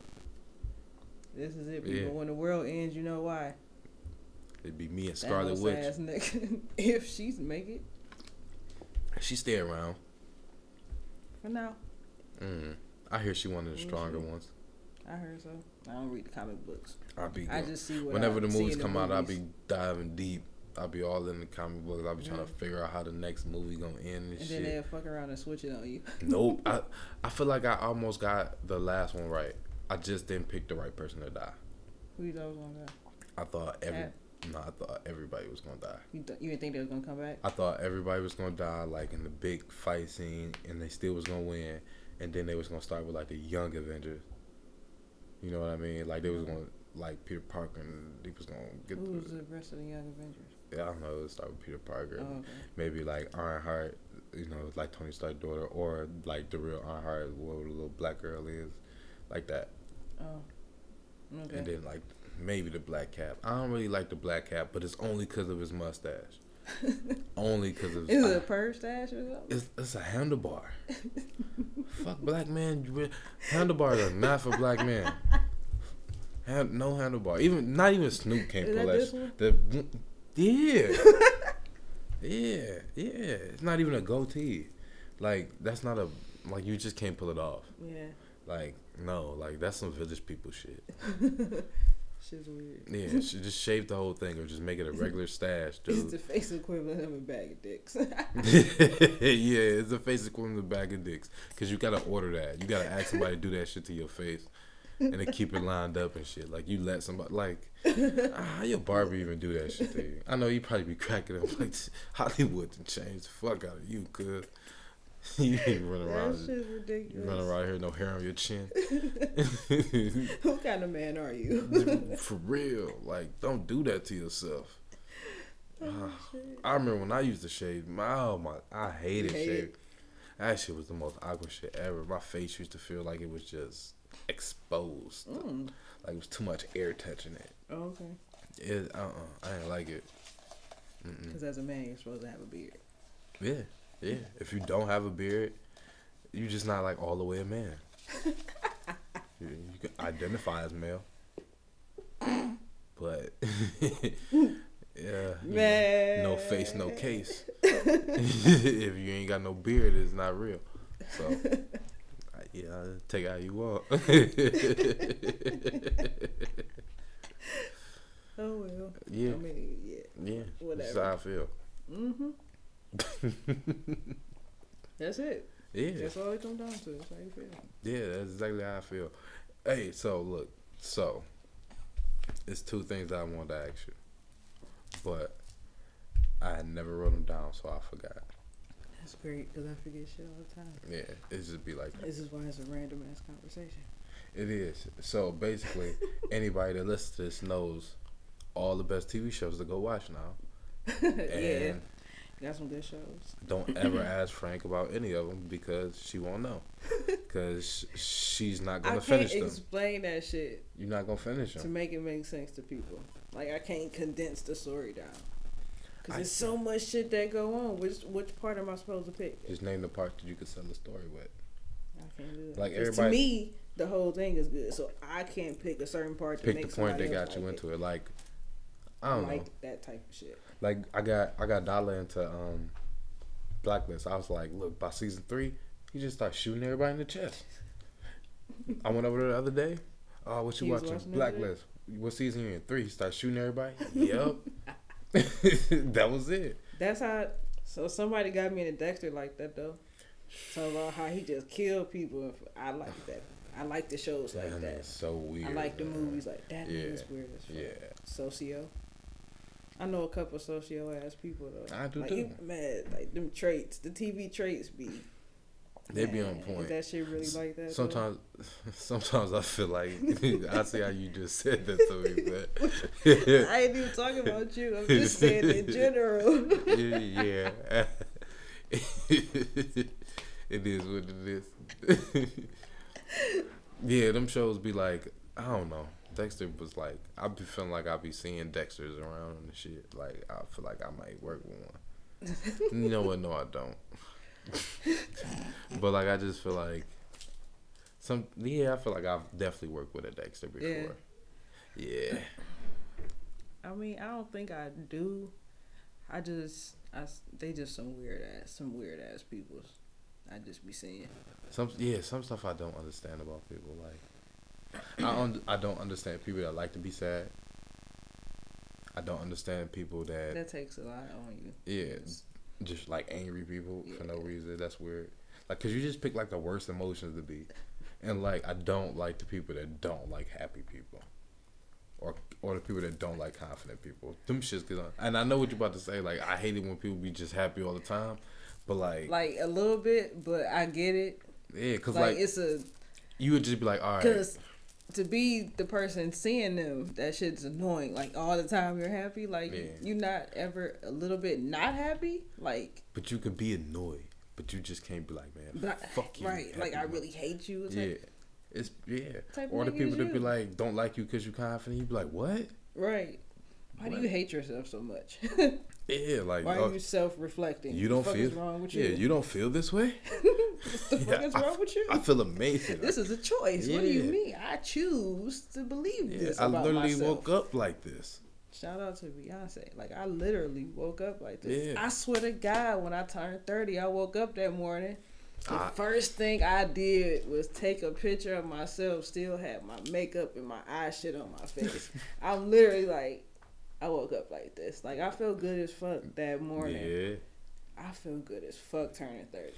[SPEAKER 2] This is it,
[SPEAKER 1] Yeah.
[SPEAKER 2] people. When the world ends, you know why.
[SPEAKER 1] It'd be me and Scarlet
[SPEAKER 2] Thanos
[SPEAKER 1] Witch.
[SPEAKER 2] ass nigga. if she's make it
[SPEAKER 1] She stay around.
[SPEAKER 2] for now.
[SPEAKER 1] Mm. I hear she one of the
[SPEAKER 2] Mhm.
[SPEAKER 1] stronger ones.
[SPEAKER 2] I heard so. I don't read the comic books.
[SPEAKER 1] I'll be
[SPEAKER 2] I
[SPEAKER 1] go-
[SPEAKER 2] just see what
[SPEAKER 1] whenever
[SPEAKER 2] I
[SPEAKER 1] the
[SPEAKER 2] see
[SPEAKER 1] movies
[SPEAKER 2] in
[SPEAKER 1] come out. I'll
[SPEAKER 2] movies.
[SPEAKER 1] be diving deep. I'll be all in the comic books. I'll be trying to figure out how the next movie gonna end and,
[SPEAKER 2] Mm-hmm. And then
[SPEAKER 1] shit.
[SPEAKER 2] they'll fuck around and switch it on you.
[SPEAKER 1] nope. I I feel like I almost got the last one right. I just didn't pick the right person to die.
[SPEAKER 2] Who you thought was gonna die?
[SPEAKER 1] I thought every
[SPEAKER 2] Cat.
[SPEAKER 1] no, I thought everybody was gonna die.
[SPEAKER 2] You, th- you didn't think they was gonna come back?
[SPEAKER 1] I thought everybody was gonna die like in the big fight scene, and they still was gonna win, and then they was gonna start with like the young Avengers. You know what I mean? Like they was gonna like Peter Parker, and they was gonna get.
[SPEAKER 2] Who was
[SPEAKER 1] the,
[SPEAKER 2] the rest of the Young Avengers?
[SPEAKER 1] I don't know. It started with Peter Parker.
[SPEAKER 2] Oh, okay.
[SPEAKER 1] maybe like Ironheart, you know, like Tony Stark's daughter, or like the real Ironheart, what the little black girl is, like that.
[SPEAKER 2] Oh, okay.
[SPEAKER 1] And then like maybe the black cap. I don't really like the black cap, but it's only because of his mustache. only because of
[SPEAKER 2] Is
[SPEAKER 1] his,
[SPEAKER 2] it a purse stash or something?
[SPEAKER 1] it's, it's a handlebar. Fuck black man. you re- Handlebars are not for black men. Hand, no handlebar. Even not even Snoop can't
[SPEAKER 2] Is
[SPEAKER 1] pull
[SPEAKER 2] that
[SPEAKER 1] that.
[SPEAKER 2] this
[SPEAKER 1] sh-
[SPEAKER 2] one?
[SPEAKER 1] The yeah, yeah, yeah. It's not even a goatee. Like that's not a like you just can't pull it off.
[SPEAKER 2] Yeah,
[SPEAKER 1] Like no, like that's some village people shit.
[SPEAKER 2] shit's weird.
[SPEAKER 1] Yeah, sh- just shave the whole thing or just make it a regular stash,
[SPEAKER 2] It's
[SPEAKER 1] dude.
[SPEAKER 2] the face equivalent of a bag of dicks.
[SPEAKER 1] yeah, it's a face equivalent to bag of dicks. Cause you gotta order that. You gotta ask somebody to do that shit to your face, and then keep it lined up and shit. Like you let somebody like ah, how your barber even do that shit to you? I know you probably be cracking up like Hollywood to change the fuck out of you, cuz you ain't running
[SPEAKER 2] that
[SPEAKER 1] around.
[SPEAKER 2] shit's
[SPEAKER 1] You running
[SPEAKER 2] ridiculous.
[SPEAKER 1] around here, no hair on your chin.
[SPEAKER 2] Who kind of man are you?
[SPEAKER 1] For real, like don't do that to yourself. Ah.
[SPEAKER 2] Oh, Shit.
[SPEAKER 1] I remember when I used to shave. My oh my, I hated
[SPEAKER 2] You hate
[SPEAKER 1] shave. That shit was the most awkward shit ever. My face used to feel like it was just exposed,
[SPEAKER 2] Mm.
[SPEAKER 1] like it was too much air touching it.
[SPEAKER 2] Oh, okay.
[SPEAKER 1] It uh uh I didn't like it. Mm-mm.
[SPEAKER 2] Because as a man, you're supposed to have a beard.
[SPEAKER 1] Yeah, yeah. If you don't have a beard, you just not like all the way a man. you, you can identify as male, but yeah, you know.
[SPEAKER 2] Man.
[SPEAKER 1] no face, no case. if you ain't got no beard, it's not real. So, I- yeah, I take it how you want.
[SPEAKER 2] Oh well.
[SPEAKER 1] yeah,
[SPEAKER 2] I mean, yeah.
[SPEAKER 1] yeah. That's
[SPEAKER 2] whatever.
[SPEAKER 1] how I feel.
[SPEAKER 2] Mm-hmm. That's it.
[SPEAKER 1] Yeah,
[SPEAKER 2] That's all it comes down to. That's how you feel.
[SPEAKER 1] yeah. That's exactly how I feel. Hey, so look, so it's two things I wanted to ask you, but I never wrote them down, so I forgot.
[SPEAKER 2] That's great because I forget shit all the time.
[SPEAKER 1] Yeah, it just be like that.
[SPEAKER 2] This is why it's a random ass conversation.
[SPEAKER 1] It is. So basically, anybody that listens to this knows all the best TV shows to go watch now.
[SPEAKER 2] yeah,
[SPEAKER 1] And
[SPEAKER 2] got some good shows.
[SPEAKER 1] don't ever ask Frank about any of them because she won't know. Because she's not
[SPEAKER 2] I
[SPEAKER 1] going to
[SPEAKER 2] can't
[SPEAKER 1] finish them.
[SPEAKER 2] explain that shit
[SPEAKER 1] You're not going to finish
[SPEAKER 2] to
[SPEAKER 1] them.
[SPEAKER 2] make it make sense to people. Like I can't condense the story down because
[SPEAKER 1] I-
[SPEAKER 2] there's so much shit that go on. Which which part am I supposed to pick?
[SPEAKER 1] Just name the parts that you could sell a story with.
[SPEAKER 2] I can't do that.
[SPEAKER 1] Like,
[SPEAKER 2] 'Cause
[SPEAKER 1] everybody-
[SPEAKER 2] to me, the whole thing is good, so I can't pick a certain part to
[SPEAKER 1] Pick
[SPEAKER 2] make
[SPEAKER 1] the point that
[SPEAKER 2] somebody else
[SPEAKER 1] got you
[SPEAKER 2] like
[SPEAKER 1] into it. Like, I
[SPEAKER 2] it.
[SPEAKER 1] don't
[SPEAKER 2] like
[SPEAKER 1] know.
[SPEAKER 2] that type of shit.
[SPEAKER 1] Like, I got I got Dollar into um, Blacklist. I was like, look, by season three, he just starts shooting everybody in the chest. I went over there the other day. Oh, what you
[SPEAKER 2] He was
[SPEAKER 1] watching?
[SPEAKER 2] watching it today?
[SPEAKER 1] Blacklist. What season you in? Three. He starts shooting everybody. Yep. that was it.
[SPEAKER 2] That's how. So somebody got me into Dexter like that though. Talking about how he just killed people. I like that. I like the shows like
[SPEAKER 1] Damn,
[SPEAKER 2] that.
[SPEAKER 1] it's so weird.
[SPEAKER 2] I like the
[SPEAKER 1] man.
[SPEAKER 2] movies like that.
[SPEAKER 1] Yeah.
[SPEAKER 2] Nigga's weird as fuck.
[SPEAKER 1] Yeah.
[SPEAKER 2] Socio. I know a couple socio ass people though.
[SPEAKER 1] I do
[SPEAKER 2] like,
[SPEAKER 1] too.
[SPEAKER 2] you Mad like them traits. The TV traits be.
[SPEAKER 1] They be
[SPEAKER 2] Man,
[SPEAKER 1] on
[SPEAKER 2] is
[SPEAKER 1] point.
[SPEAKER 2] That shit really like that. though?
[SPEAKER 1] Sometimes, sometimes I feel like I see how you just said that to me, but
[SPEAKER 2] I ain't even talking about you. I'm just saying in general.
[SPEAKER 1] yeah, it is what it is. yeah, them shows be like I don't know. Dexter was like I be feeling like I be seeing Dexters around and shit. Like I feel like I might work with one. you know what? No, I don't. but like I just feel like some yeah. I feel like I've definitely worked with a Dexter before. Yeah.
[SPEAKER 2] I mean, I don't think I do. I just, I s they just some weird ass, some weird ass people. I just be seeing.
[SPEAKER 1] Some yeah, some stuff I don't understand about people. Like I un- I don't understand people that like to be sad. I don't understand people that
[SPEAKER 2] That takes a lot on you.
[SPEAKER 1] yeah, just like angry people for no
[SPEAKER 2] Yeah.
[SPEAKER 1] reason. That's weird. Like, cause you just pick like the worst emotions to be, and like I don't like the people that don't like happy people, or or the people that don't like confident people. Them shits get on. And I know what you're about to say. Like I hate it when people be just happy all the time, but like,
[SPEAKER 2] Like a little bit, but I get it.
[SPEAKER 1] yeah, cause
[SPEAKER 2] Like,
[SPEAKER 1] like,
[SPEAKER 2] it's a
[SPEAKER 1] you would just be like, all right,
[SPEAKER 2] because to be the person seeing them, that shit's annoying. Like all the time you're happy, like
[SPEAKER 1] Yeah.
[SPEAKER 2] you not ever a little bit not happy. Like
[SPEAKER 1] But you could be annoyed, but you just can't be like, man,
[SPEAKER 2] but I-
[SPEAKER 1] fuck you.
[SPEAKER 2] right, like I
[SPEAKER 1] happy
[SPEAKER 2] really hate you.
[SPEAKER 1] mo-
[SPEAKER 2] It's
[SPEAKER 1] yeah.
[SPEAKER 2] like,
[SPEAKER 1] It's yeah.
[SPEAKER 2] Type of
[SPEAKER 1] or the
[SPEAKER 2] nigga
[SPEAKER 1] people
[SPEAKER 2] is
[SPEAKER 1] that be
[SPEAKER 2] you.
[SPEAKER 1] like don't like you because you confident. You be like what?
[SPEAKER 2] Right. Why do
[SPEAKER 1] What?
[SPEAKER 2] you hate yourself so much?
[SPEAKER 1] Yeah, like
[SPEAKER 2] Why
[SPEAKER 1] oh,
[SPEAKER 2] are you self-reflecting?
[SPEAKER 1] you don't
[SPEAKER 2] the fuck
[SPEAKER 1] feel
[SPEAKER 2] is wrong with
[SPEAKER 1] yeah.
[SPEAKER 2] you.
[SPEAKER 1] You don't feel this way.
[SPEAKER 2] what the fuck
[SPEAKER 1] Yeah,
[SPEAKER 2] is wrong with you?
[SPEAKER 1] I feel amazing.
[SPEAKER 2] this is a choice. What do you
[SPEAKER 1] Yeah.
[SPEAKER 2] mean? I choose to believe
[SPEAKER 1] yeah,
[SPEAKER 2] this
[SPEAKER 1] I
[SPEAKER 2] about
[SPEAKER 1] literally
[SPEAKER 2] myself.
[SPEAKER 1] woke up like this.
[SPEAKER 2] Shout out to Beyonce. Like I literally woke up like this.
[SPEAKER 1] Yeah.
[SPEAKER 2] I swear to God, when I turned thirty, I woke up that morning. The
[SPEAKER 1] I-
[SPEAKER 2] first thing I did was take a picture of myself. Still had my makeup and my eye shit on my face. I'm literally like, I woke up like this. Like I feel good as fuck that morning.
[SPEAKER 1] Yeah.
[SPEAKER 2] I feel good as fuck turning thirty.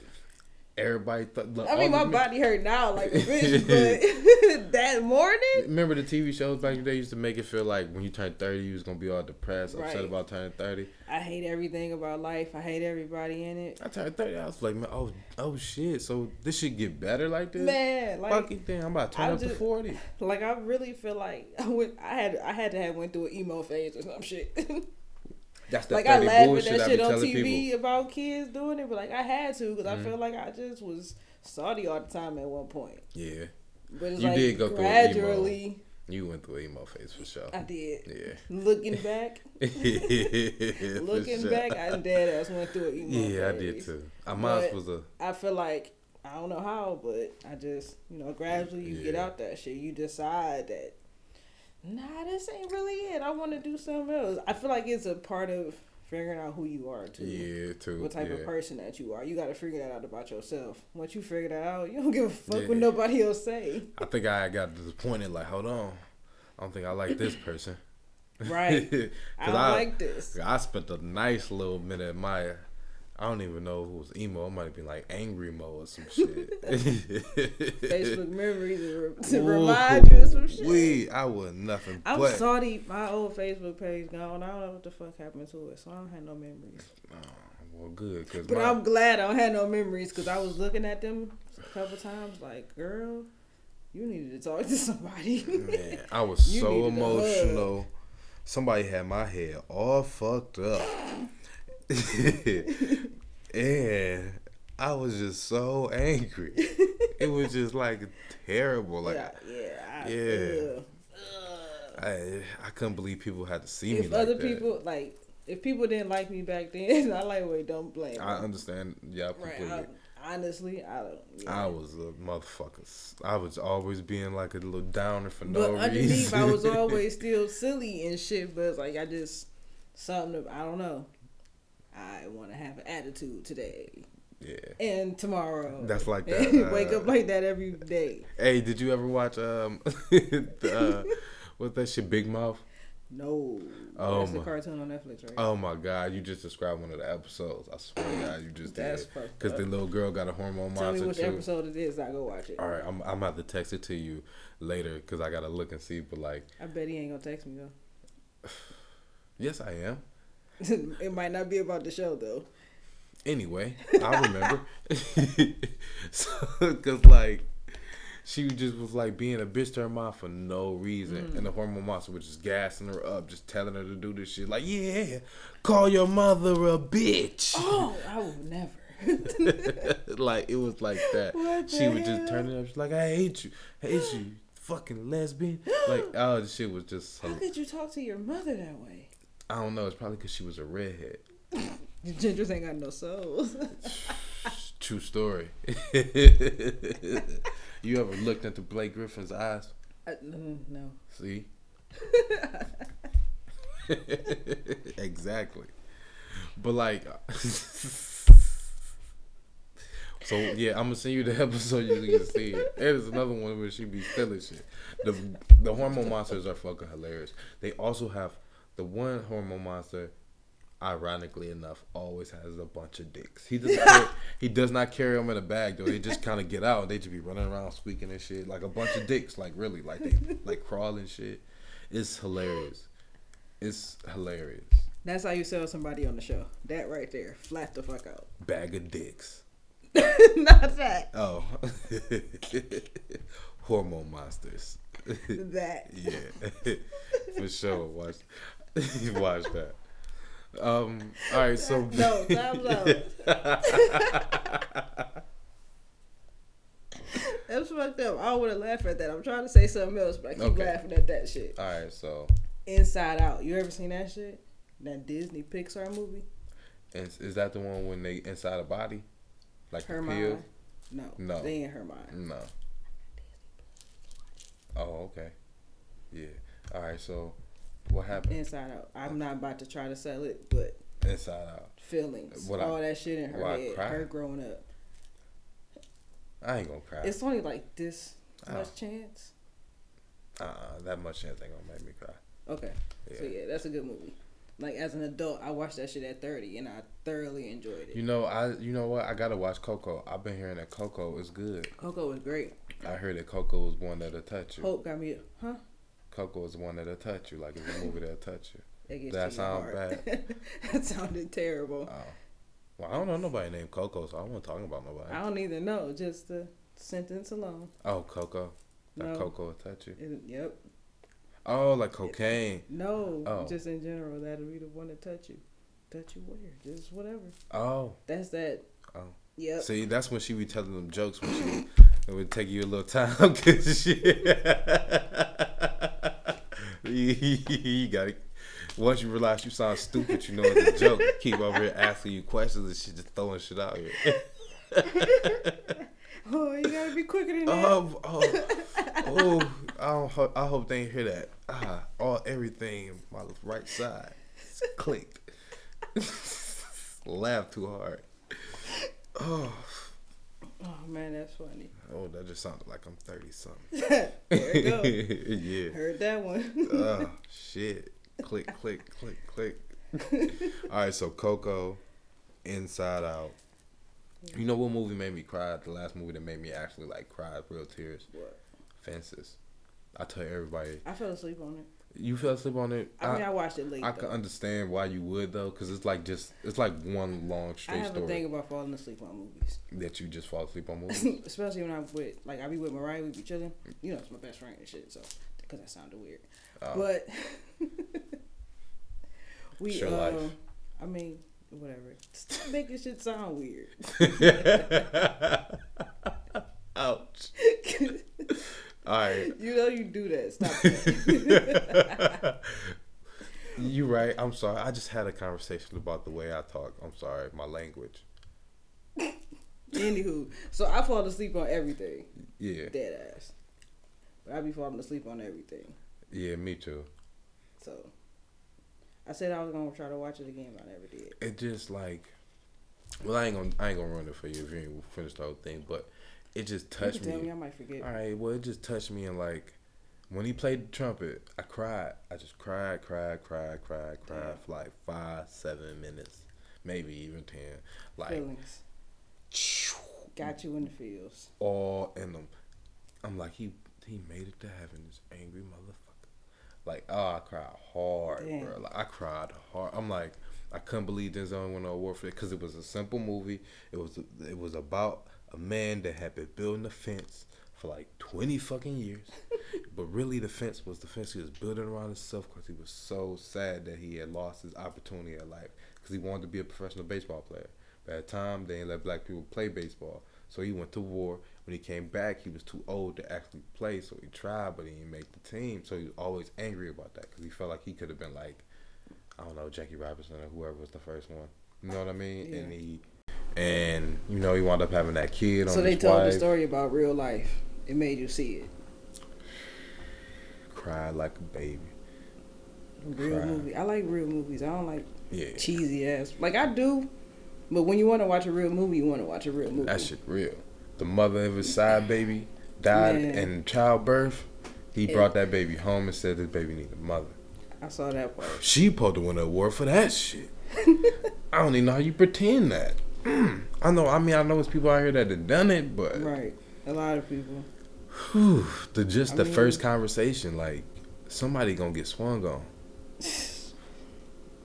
[SPEAKER 1] Everybody thought. look,
[SPEAKER 2] I
[SPEAKER 1] Uh, all
[SPEAKER 2] mean, my
[SPEAKER 1] the-
[SPEAKER 2] body hurt now like a bitch, but that morning.
[SPEAKER 1] Remember the TV shows back in the day used to make it feel like when you turned thirty, you was gonna be all depressed, upset
[SPEAKER 2] Right.
[SPEAKER 1] about turning thirty.
[SPEAKER 2] I hate everything about life. I hate everybody in it.
[SPEAKER 1] I turned thirty, I was like, man, oh, oh shit. So this should get better like this.
[SPEAKER 2] Man, like
[SPEAKER 1] Fucking thing, I'm about to turn
[SPEAKER 2] I
[SPEAKER 1] up to
[SPEAKER 2] just-
[SPEAKER 1] forty.
[SPEAKER 2] Like I really feel like I went, I had I had to have went through an emo phase or some shit.
[SPEAKER 1] That's the
[SPEAKER 2] like I
[SPEAKER 1] thirty
[SPEAKER 2] laugh at
[SPEAKER 1] bullshit
[SPEAKER 2] that
[SPEAKER 1] I be
[SPEAKER 2] shit on
[SPEAKER 1] telling
[SPEAKER 2] TV
[SPEAKER 1] people.
[SPEAKER 2] about kids doing it, but like I had to because
[SPEAKER 1] Mhm.
[SPEAKER 2] I feel like I just was salty all the time at one point.
[SPEAKER 1] Yeah,
[SPEAKER 2] But it's
[SPEAKER 1] You
[SPEAKER 2] like
[SPEAKER 1] did go through an emo.
[SPEAKER 2] gradually,
[SPEAKER 1] you went through an emo phase for sure.
[SPEAKER 2] I did.
[SPEAKER 1] Yeah,
[SPEAKER 2] Looking back,
[SPEAKER 1] For
[SPEAKER 2] looking
[SPEAKER 1] sure.
[SPEAKER 2] back, I dead ass went through an emo.
[SPEAKER 1] Yeah, I
[SPEAKER 2] phase.
[SPEAKER 1] did too. I mine
[SPEAKER 2] But-
[SPEAKER 1] was a
[SPEAKER 2] I feel like I don't know how, but I just you know gradually you get
[SPEAKER 1] Yeah.
[SPEAKER 2] out that shit. You decide that nah, this ain't really it. I want to do something else. I feel like it's a part of figuring out who you are too.
[SPEAKER 1] yeah too.
[SPEAKER 2] What type
[SPEAKER 1] yeah.
[SPEAKER 2] of person that you are. You got to figure that out about yourself. Once you figure that out, you don't give a fuck what
[SPEAKER 1] Yeah.
[SPEAKER 2] nobody else say.
[SPEAKER 1] I think I got disappointed. Like, hold on, I don't think I like this person.
[SPEAKER 2] Right.
[SPEAKER 1] 'Cause
[SPEAKER 2] I don't
[SPEAKER 1] I-
[SPEAKER 2] like this.
[SPEAKER 1] I spent a nice little minute at my. I don't even know who was emo. It might have been like angry mo or some shit.
[SPEAKER 2] Facebook memories to, re- to
[SPEAKER 1] Ooh,
[SPEAKER 2] remind you of some shit.
[SPEAKER 1] We, I was nothing
[SPEAKER 2] I'm
[SPEAKER 1] but.
[SPEAKER 2] salty. My old Facebook page gone. I don't know what the fuck happened to it, so I don't have no memories.
[SPEAKER 1] Oh, well, good because
[SPEAKER 2] But I'm glad I don't have no memories because I was looking at them a couple times like, girl, you needed to talk to somebody.
[SPEAKER 1] man, I was
[SPEAKER 2] You
[SPEAKER 1] so
[SPEAKER 2] needed a hug.
[SPEAKER 1] emotional. Somebody had my head all fucked up, and I was just so angry. It was just like terrible. Like
[SPEAKER 2] yeah, yeah, I,
[SPEAKER 1] Yeah.
[SPEAKER 2] ugh, ugh.
[SPEAKER 1] I, I couldn't believe people had to see me
[SPEAKER 2] If
[SPEAKER 1] like
[SPEAKER 2] other
[SPEAKER 1] that.
[SPEAKER 2] people like, if people didn't like me back then, I like, wait, don't blame.
[SPEAKER 1] I
[SPEAKER 2] me.
[SPEAKER 1] understand. Yeah,
[SPEAKER 2] right?
[SPEAKER 1] completely.
[SPEAKER 2] I, honestly, I don't. yeah.
[SPEAKER 1] I was a motherfucker. I was always being like a little downer for
[SPEAKER 2] but
[SPEAKER 1] no
[SPEAKER 2] underneath,
[SPEAKER 1] reason.
[SPEAKER 2] I was always still silly and shit. But it's like I just something. I don't know. I want to have an attitude today
[SPEAKER 1] yeah.
[SPEAKER 2] and tomorrow.
[SPEAKER 1] That's like that.
[SPEAKER 2] And wake
[SPEAKER 1] uh,
[SPEAKER 2] up like that every day.
[SPEAKER 1] Hey, did you ever watch um, the, uh, what's that shit, Big Mouth?
[SPEAKER 2] No.
[SPEAKER 1] Oh
[SPEAKER 2] That's
[SPEAKER 1] my-
[SPEAKER 2] a cartoon on Netflix, right?
[SPEAKER 1] Oh my God, you just described one of the episodes. I swear to God, you just
[SPEAKER 2] That's
[SPEAKER 1] did.
[SPEAKER 2] fucked
[SPEAKER 1] Because
[SPEAKER 2] up.
[SPEAKER 1] the little girl got a hormone
[SPEAKER 2] Tell me
[SPEAKER 1] monster
[SPEAKER 2] which
[SPEAKER 1] too.
[SPEAKER 2] episode it is. I go watch it.
[SPEAKER 1] All right, I'm I'm about to text it to you later because I gotta look and see. But like,
[SPEAKER 2] I bet he ain't gonna text me though.
[SPEAKER 1] yes, I am.
[SPEAKER 2] it might not be about the show though.
[SPEAKER 1] Anyway, I remember. so, cause like, she just was like being a bitch to her mom for no reason,
[SPEAKER 2] Mm.
[SPEAKER 1] and the hormone monster was just gassing her up, just telling her to do this shit. Like, yeah, call your mother a bitch.
[SPEAKER 2] Oh, I will never.
[SPEAKER 1] like it was like that.
[SPEAKER 2] What
[SPEAKER 1] she
[SPEAKER 2] the
[SPEAKER 1] would
[SPEAKER 2] hell?
[SPEAKER 1] just turn it up. She's like, I hate you, I hate you, fucking lesbian. Like, oh, the shit was just.
[SPEAKER 2] How could you talk to your mother that way?
[SPEAKER 1] I don't know. It's probably because she was a redhead.
[SPEAKER 2] The gingers ain't got no souls.
[SPEAKER 1] True story. you ever looked into Blake Griffin's eyes?
[SPEAKER 2] I, mm, no.
[SPEAKER 1] See? exactly. But like So yeah, I'm gonna send you the episode you can see it. There's another one where she be stealing shit. The the hormone monsters are fucking hilarious. They also have the one hormone monster, ironically enough, always has a bunch of dicks. He doesn't carry, he does not carry them in a bag though. They just kind of get out. They just be running around squeaking and shit like a bunch of dicks. Like really, like they like crawling shit. It's hilarious. It's hilarious.
[SPEAKER 2] That's how you sell somebody on the show. That right there. Flat the fuck out.
[SPEAKER 1] Bag of dicks.
[SPEAKER 2] not that.
[SPEAKER 1] Oh, hormone monsters.
[SPEAKER 2] That.
[SPEAKER 1] Yeah, for sure. Watch, watch that. Um. All right. So
[SPEAKER 2] No, time's out. That's what fucked up. I want to laugh at that. I'm trying to say something else, but I keep
[SPEAKER 1] Okay.
[SPEAKER 2] laughing at that shit.
[SPEAKER 1] All right, so
[SPEAKER 2] Inside Out. You ever seen that shit? That Disney Pixar movie?
[SPEAKER 1] is, is that the one when they inside a body, like
[SPEAKER 2] Her
[SPEAKER 1] the pill?
[SPEAKER 2] mind. No.
[SPEAKER 1] No.
[SPEAKER 2] They in her mind.
[SPEAKER 1] No. Oh, okay. Yeah. All right. So, what happened?
[SPEAKER 2] Inside Out. I'm not about to try to sell it, but
[SPEAKER 1] Inside Out.
[SPEAKER 2] feelings.
[SPEAKER 1] What I-
[SPEAKER 2] all that shit in her
[SPEAKER 1] why I
[SPEAKER 2] head.
[SPEAKER 1] cry?
[SPEAKER 2] Her growing up.
[SPEAKER 1] I ain't gonna cry.
[SPEAKER 2] It's only like this
[SPEAKER 1] Oh.
[SPEAKER 2] much chance.
[SPEAKER 1] uh, uh that much chance ain't gonna make me cry.
[SPEAKER 2] Okay. So
[SPEAKER 1] Yeah.
[SPEAKER 2] yeah, that's a good movie. Like as an adult, I watched that shit at 30 and I thoroughly enjoyed it.
[SPEAKER 1] You know, I. You know what? I gotta watch Coco. I've been hearing that Coco is good.
[SPEAKER 2] Coco was great.
[SPEAKER 1] I heard that Coco is one that'll touch you.
[SPEAKER 2] Hope got me, huh?
[SPEAKER 1] Coco is one that'll touch you. Like it's a movie that'll touch you.
[SPEAKER 2] That, gets
[SPEAKER 1] That
[SPEAKER 2] to
[SPEAKER 1] sound
[SPEAKER 2] your heart. that sounded terrible.
[SPEAKER 1] Oh. Well, I don't know nobody named Coco, so I won't talking about nobody.
[SPEAKER 2] I don't even know. Just the sentence alone.
[SPEAKER 1] Oh, Coco. That
[SPEAKER 2] No.
[SPEAKER 1] Coco will touch you.
[SPEAKER 2] It- yep.
[SPEAKER 1] Oh, like cocaine.
[SPEAKER 2] No.
[SPEAKER 1] Oh.
[SPEAKER 2] Just in general, that'll be the one to touch you. Touch you where? Just whatever.
[SPEAKER 1] Oh.
[SPEAKER 2] That's that.
[SPEAKER 1] Oh.
[SPEAKER 2] Yep.
[SPEAKER 1] See, that's when she be telling them jokes when she it would take you a little time because shit. you got to Once you realize you sound stupid, you know it's a joke. Keep over here asking you questions and shit, just throwing shit out here.
[SPEAKER 2] Oh, you gotta be quicker than that.
[SPEAKER 1] Oh, oh, oh! I, don't, ho- I hope they ain't hear that. Ah, all everything in my right side It's clicked. Laugh too hard. Oh,
[SPEAKER 2] Oh man, that's funny.
[SPEAKER 1] oh, that just sounded like I'm thirty something.
[SPEAKER 2] there you go.
[SPEAKER 1] yeah.
[SPEAKER 2] Heard that one.
[SPEAKER 1] Oh shit. Click, click, click, click. All right, so Coco, Inside Out. You know what movie made me cry? The last movie that made me actually like cry real tears.
[SPEAKER 2] What?
[SPEAKER 1] Fences. I tell everybody,
[SPEAKER 2] I fell asleep on it.
[SPEAKER 1] you fell asleep on it.
[SPEAKER 2] I mean, I
[SPEAKER 1] I,
[SPEAKER 2] watched it late.
[SPEAKER 1] I
[SPEAKER 2] though.
[SPEAKER 1] can understand why you would though, because it's like just it's like one long
[SPEAKER 2] I
[SPEAKER 1] straight
[SPEAKER 2] have a
[SPEAKER 1] story
[SPEAKER 2] thing about falling asleep on movies,
[SPEAKER 1] that you just fall asleep on movies.
[SPEAKER 2] especially when I'm with like I be with Mariah, we be chilling. You know, it's my best friend and shit. So because that sounded weird,
[SPEAKER 1] Oh.
[SPEAKER 2] but we
[SPEAKER 1] It's your
[SPEAKER 2] uh,
[SPEAKER 1] life.
[SPEAKER 2] I mean, whatever. Stop making shit sound weird.
[SPEAKER 1] Ouch. All right.
[SPEAKER 2] You know you do that. Stop. That.
[SPEAKER 1] You're right. I'm sorry. I just had a conversation about the way I talk. I'm sorry. My language.
[SPEAKER 2] Anywho, so I fall asleep on everything.
[SPEAKER 1] Yeah.
[SPEAKER 2] Dead ass. But I be falling asleep on everything.
[SPEAKER 1] Yeah, me too.
[SPEAKER 2] So I said I was gonna try to watch it again, but I never did.
[SPEAKER 1] It just like well, I ain't gonna I ain't gonna ruin it for you if you ain't finish the whole thing, but it just
[SPEAKER 2] you
[SPEAKER 1] touched
[SPEAKER 2] can tell me
[SPEAKER 1] me.
[SPEAKER 2] I might forget.
[SPEAKER 1] All right, well, it just touched me and like when he played the trumpet, I cried. I just cried, cried, cried, cried, cried for like five, seven minutes, maybe even ten. Like
[SPEAKER 2] Feelings. Got you in the feels.
[SPEAKER 1] all in them. I'm like, he he made it to heaven, this angry motherfucker. Like, oh, I cried hard,
[SPEAKER 2] Damn.
[SPEAKER 1] bro. Like, I cried hard. I'm like, I couldn't believe Denzel won an award for it because it was a simple movie. It was it was about a man that had been building a fence for like 20 fucking years, but really the fence was the fence he was building around himself because he was so sad that he had lost his opportunity at life because he wanted to be a professional baseball player. But at the time, they didn't let black people play baseball. So he went to war. When he came back, he was too old to actually play. So he tried, but he didn't make the team. So he was always angry about that because he felt like he could have been like, I don't know, Jackie Robinson or whoever was the first one. You know what I mean?
[SPEAKER 2] Yeah.
[SPEAKER 1] And he, and you know, he wound up having that kid.
[SPEAKER 2] So
[SPEAKER 1] on
[SPEAKER 2] they
[SPEAKER 1] his
[SPEAKER 2] told the
[SPEAKER 1] wife.
[SPEAKER 2] story about real life. It made you see it.
[SPEAKER 1] Cried like a baby.
[SPEAKER 2] Real
[SPEAKER 1] Right.
[SPEAKER 2] movie. I like real movies. I don't like
[SPEAKER 1] Yeah,
[SPEAKER 2] cheesy ass. Like I do, but when you want to watch a real movie, you want to watch a real movie.
[SPEAKER 1] that shit real. The mother of his side baby died
[SPEAKER 2] Man.
[SPEAKER 1] in childbirth. He
[SPEAKER 2] Yeah.
[SPEAKER 1] brought that baby home and said this baby need a mother.
[SPEAKER 2] I saw that part.
[SPEAKER 1] She supposed to win an award for that shit. I don't even know how you pretend that. Mm. I know. I mean, I know there's people out here that have done it, but
[SPEAKER 2] Right. A lot of people.
[SPEAKER 1] whew, the just
[SPEAKER 2] I
[SPEAKER 1] the
[SPEAKER 2] mean-
[SPEAKER 1] first conversation, like somebody gonna get swung on.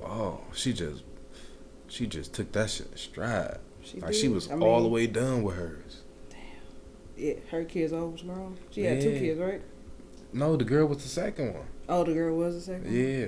[SPEAKER 1] Oh, she just, she just took that shit in stride.
[SPEAKER 2] She
[SPEAKER 1] like she
[SPEAKER 2] did.
[SPEAKER 1] was
[SPEAKER 2] I
[SPEAKER 1] all the
[SPEAKER 2] mean,
[SPEAKER 1] way done with hers.
[SPEAKER 2] Yeah, her kids all was grown. She had two
[SPEAKER 1] Yeah.
[SPEAKER 2] kids, right?
[SPEAKER 1] No, the girl was the second one.
[SPEAKER 2] Oh, the girl was the second. one?
[SPEAKER 1] Yeah.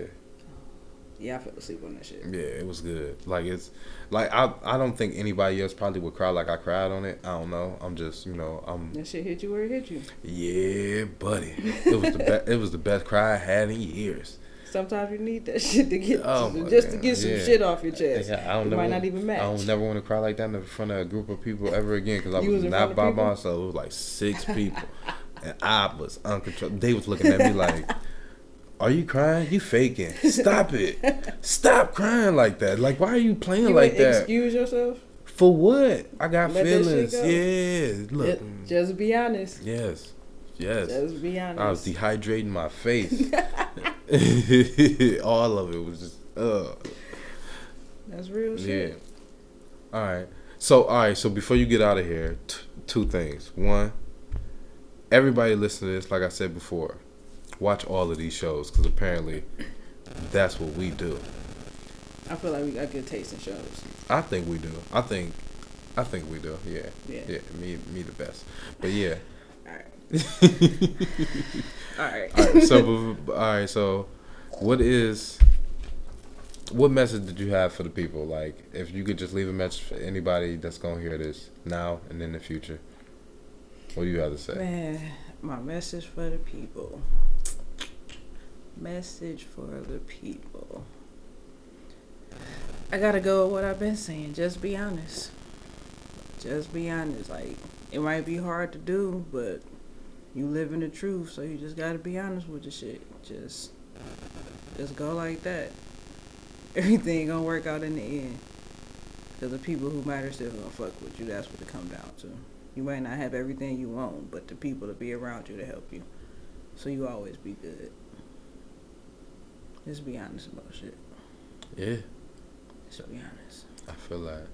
[SPEAKER 2] Yeah, I fell asleep on that shit.
[SPEAKER 1] Yeah, it was good. Like it's like I I don't think anybody else probably would cry like I cried on it. I don't know. I'm just you know I'm
[SPEAKER 2] That shit hit you where it hit you.
[SPEAKER 1] yeah, buddy. It was the best. It was the best cry I had in years.
[SPEAKER 2] Sometimes you need that shit to get
[SPEAKER 1] Oh my
[SPEAKER 2] just to
[SPEAKER 1] God,
[SPEAKER 2] get some
[SPEAKER 1] yeah.
[SPEAKER 2] shit off your chest.
[SPEAKER 1] Yeah, I don't never
[SPEAKER 2] It might
[SPEAKER 1] wanna-
[SPEAKER 2] not even match.
[SPEAKER 1] I don't never want to cry like that in front of a group of people ever again because I
[SPEAKER 2] You
[SPEAKER 1] was,
[SPEAKER 2] was in front
[SPEAKER 1] not
[SPEAKER 2] of
[SPEAKER 1] by
[SPEAKER 2] people?
[SPEAKER 1] myself. It was like six people, and I was uncontrollable. They was looking at me like, "Are you crying? You faking? Stop it! Stop crying like that! Like why are you playing
[SPEAKER 2] you
[SPEAKER 1] like
[SPEAKER 2] would
[SPEAKER 1] that?
[SPEAKER 2] excuse yourself.
[SPEAKER 1] For what? I got
[SPEAKER 2] Let that shit
[SPEAKER 1] feelings.
[SPEAKER 2] go.
[SPEAKER 1] Yeah, look.
[SPEAKER 2] Ju- Just be honest.
[SPEAKER 1] Yes, yes.
[SPEAKER 2] Just be
[SPEAKER 1] I was
[SPEAKER 2] honest.
[SPEAKER 1] dehydrating my face. All of it was just ugh.
[SPEAKER 2] That's real
[SPEAKER 1] Yeah.
[SPEAKER 2] shit.
[SPEAKER 1] All right. So all right. So before you get out of here, t- two things. One, everybody listen to this. Like I said before, watch all of these shows because apparently, that's what we do.
[SPEAKER 2] I feel like we got good taste in shows.
[SPEAKER 1] I think we do. I think, I think we do. Yeah.
[SPEAKER 2] Yeah.
[SPEAKER 1] Yeah. Me, me the best. But yeah.
[SPEAKER 2] All right.
[SPEAKER 1] All right. So b- b- all right. So, what is? What message did you have for the people? Like, if you could just leave a message for anybody that's gonna hear this now and in the future, what do you have to say?
[SPEAKER 2] Man, my message for the people. Message for the people. I gotta go with what I've been saying. Just be honest. Just be honest. Like, it might be hard to do, but you live in the truth, so you just gotta be honest with the shit. Just, just go like that. Everything gonna work out in the end. Cause the people who matter still gonna fuck with you. That's what it come down to. You might not have everything you want, but the people to be around you to help you. So you always be good. Just be honest about shit.
[SPEAKER 1] Yeah,
[SPEAKER 2] Just be honest.
[SPEAKER 1] I feel like.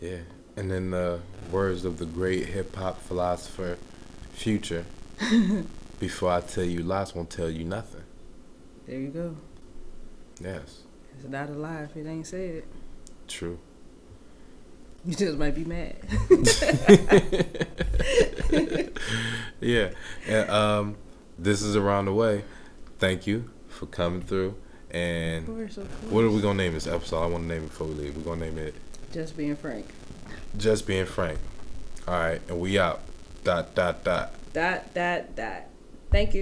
[SPEAKER 1] Yeah, and then the words of the great hip hop philosopher, Future. Before I tell you lies, won't tell you nothing.
[SPEAKER 2] There you go.
[SPEAKER 1] Yes,
[SPEAKER 2] It's not a lie if it ain't said.
[SPEAKER 1] true.
[SPEAKER 2] You just might be mad.
[SPEAKER 1] yeah. And, um, this is around the way. Thank you for coming through.
[SPEAKER 2] Of
[SPEAKER 1] And
[SPEAKER 2] course, of
[SPEAKER 1] Mm. what
[SPEAKER 2] course.
[SPEAKER 1] are we gonna name this episode? I want to name it before we leave. We're gonna name it
[SPEAKER 2] Just being frank.
[SPEAKER 1] "Just Being Frank." All right, and we out. Dot dot dot.
[SPEAKER 2] Dot, dot, dot. Thank you.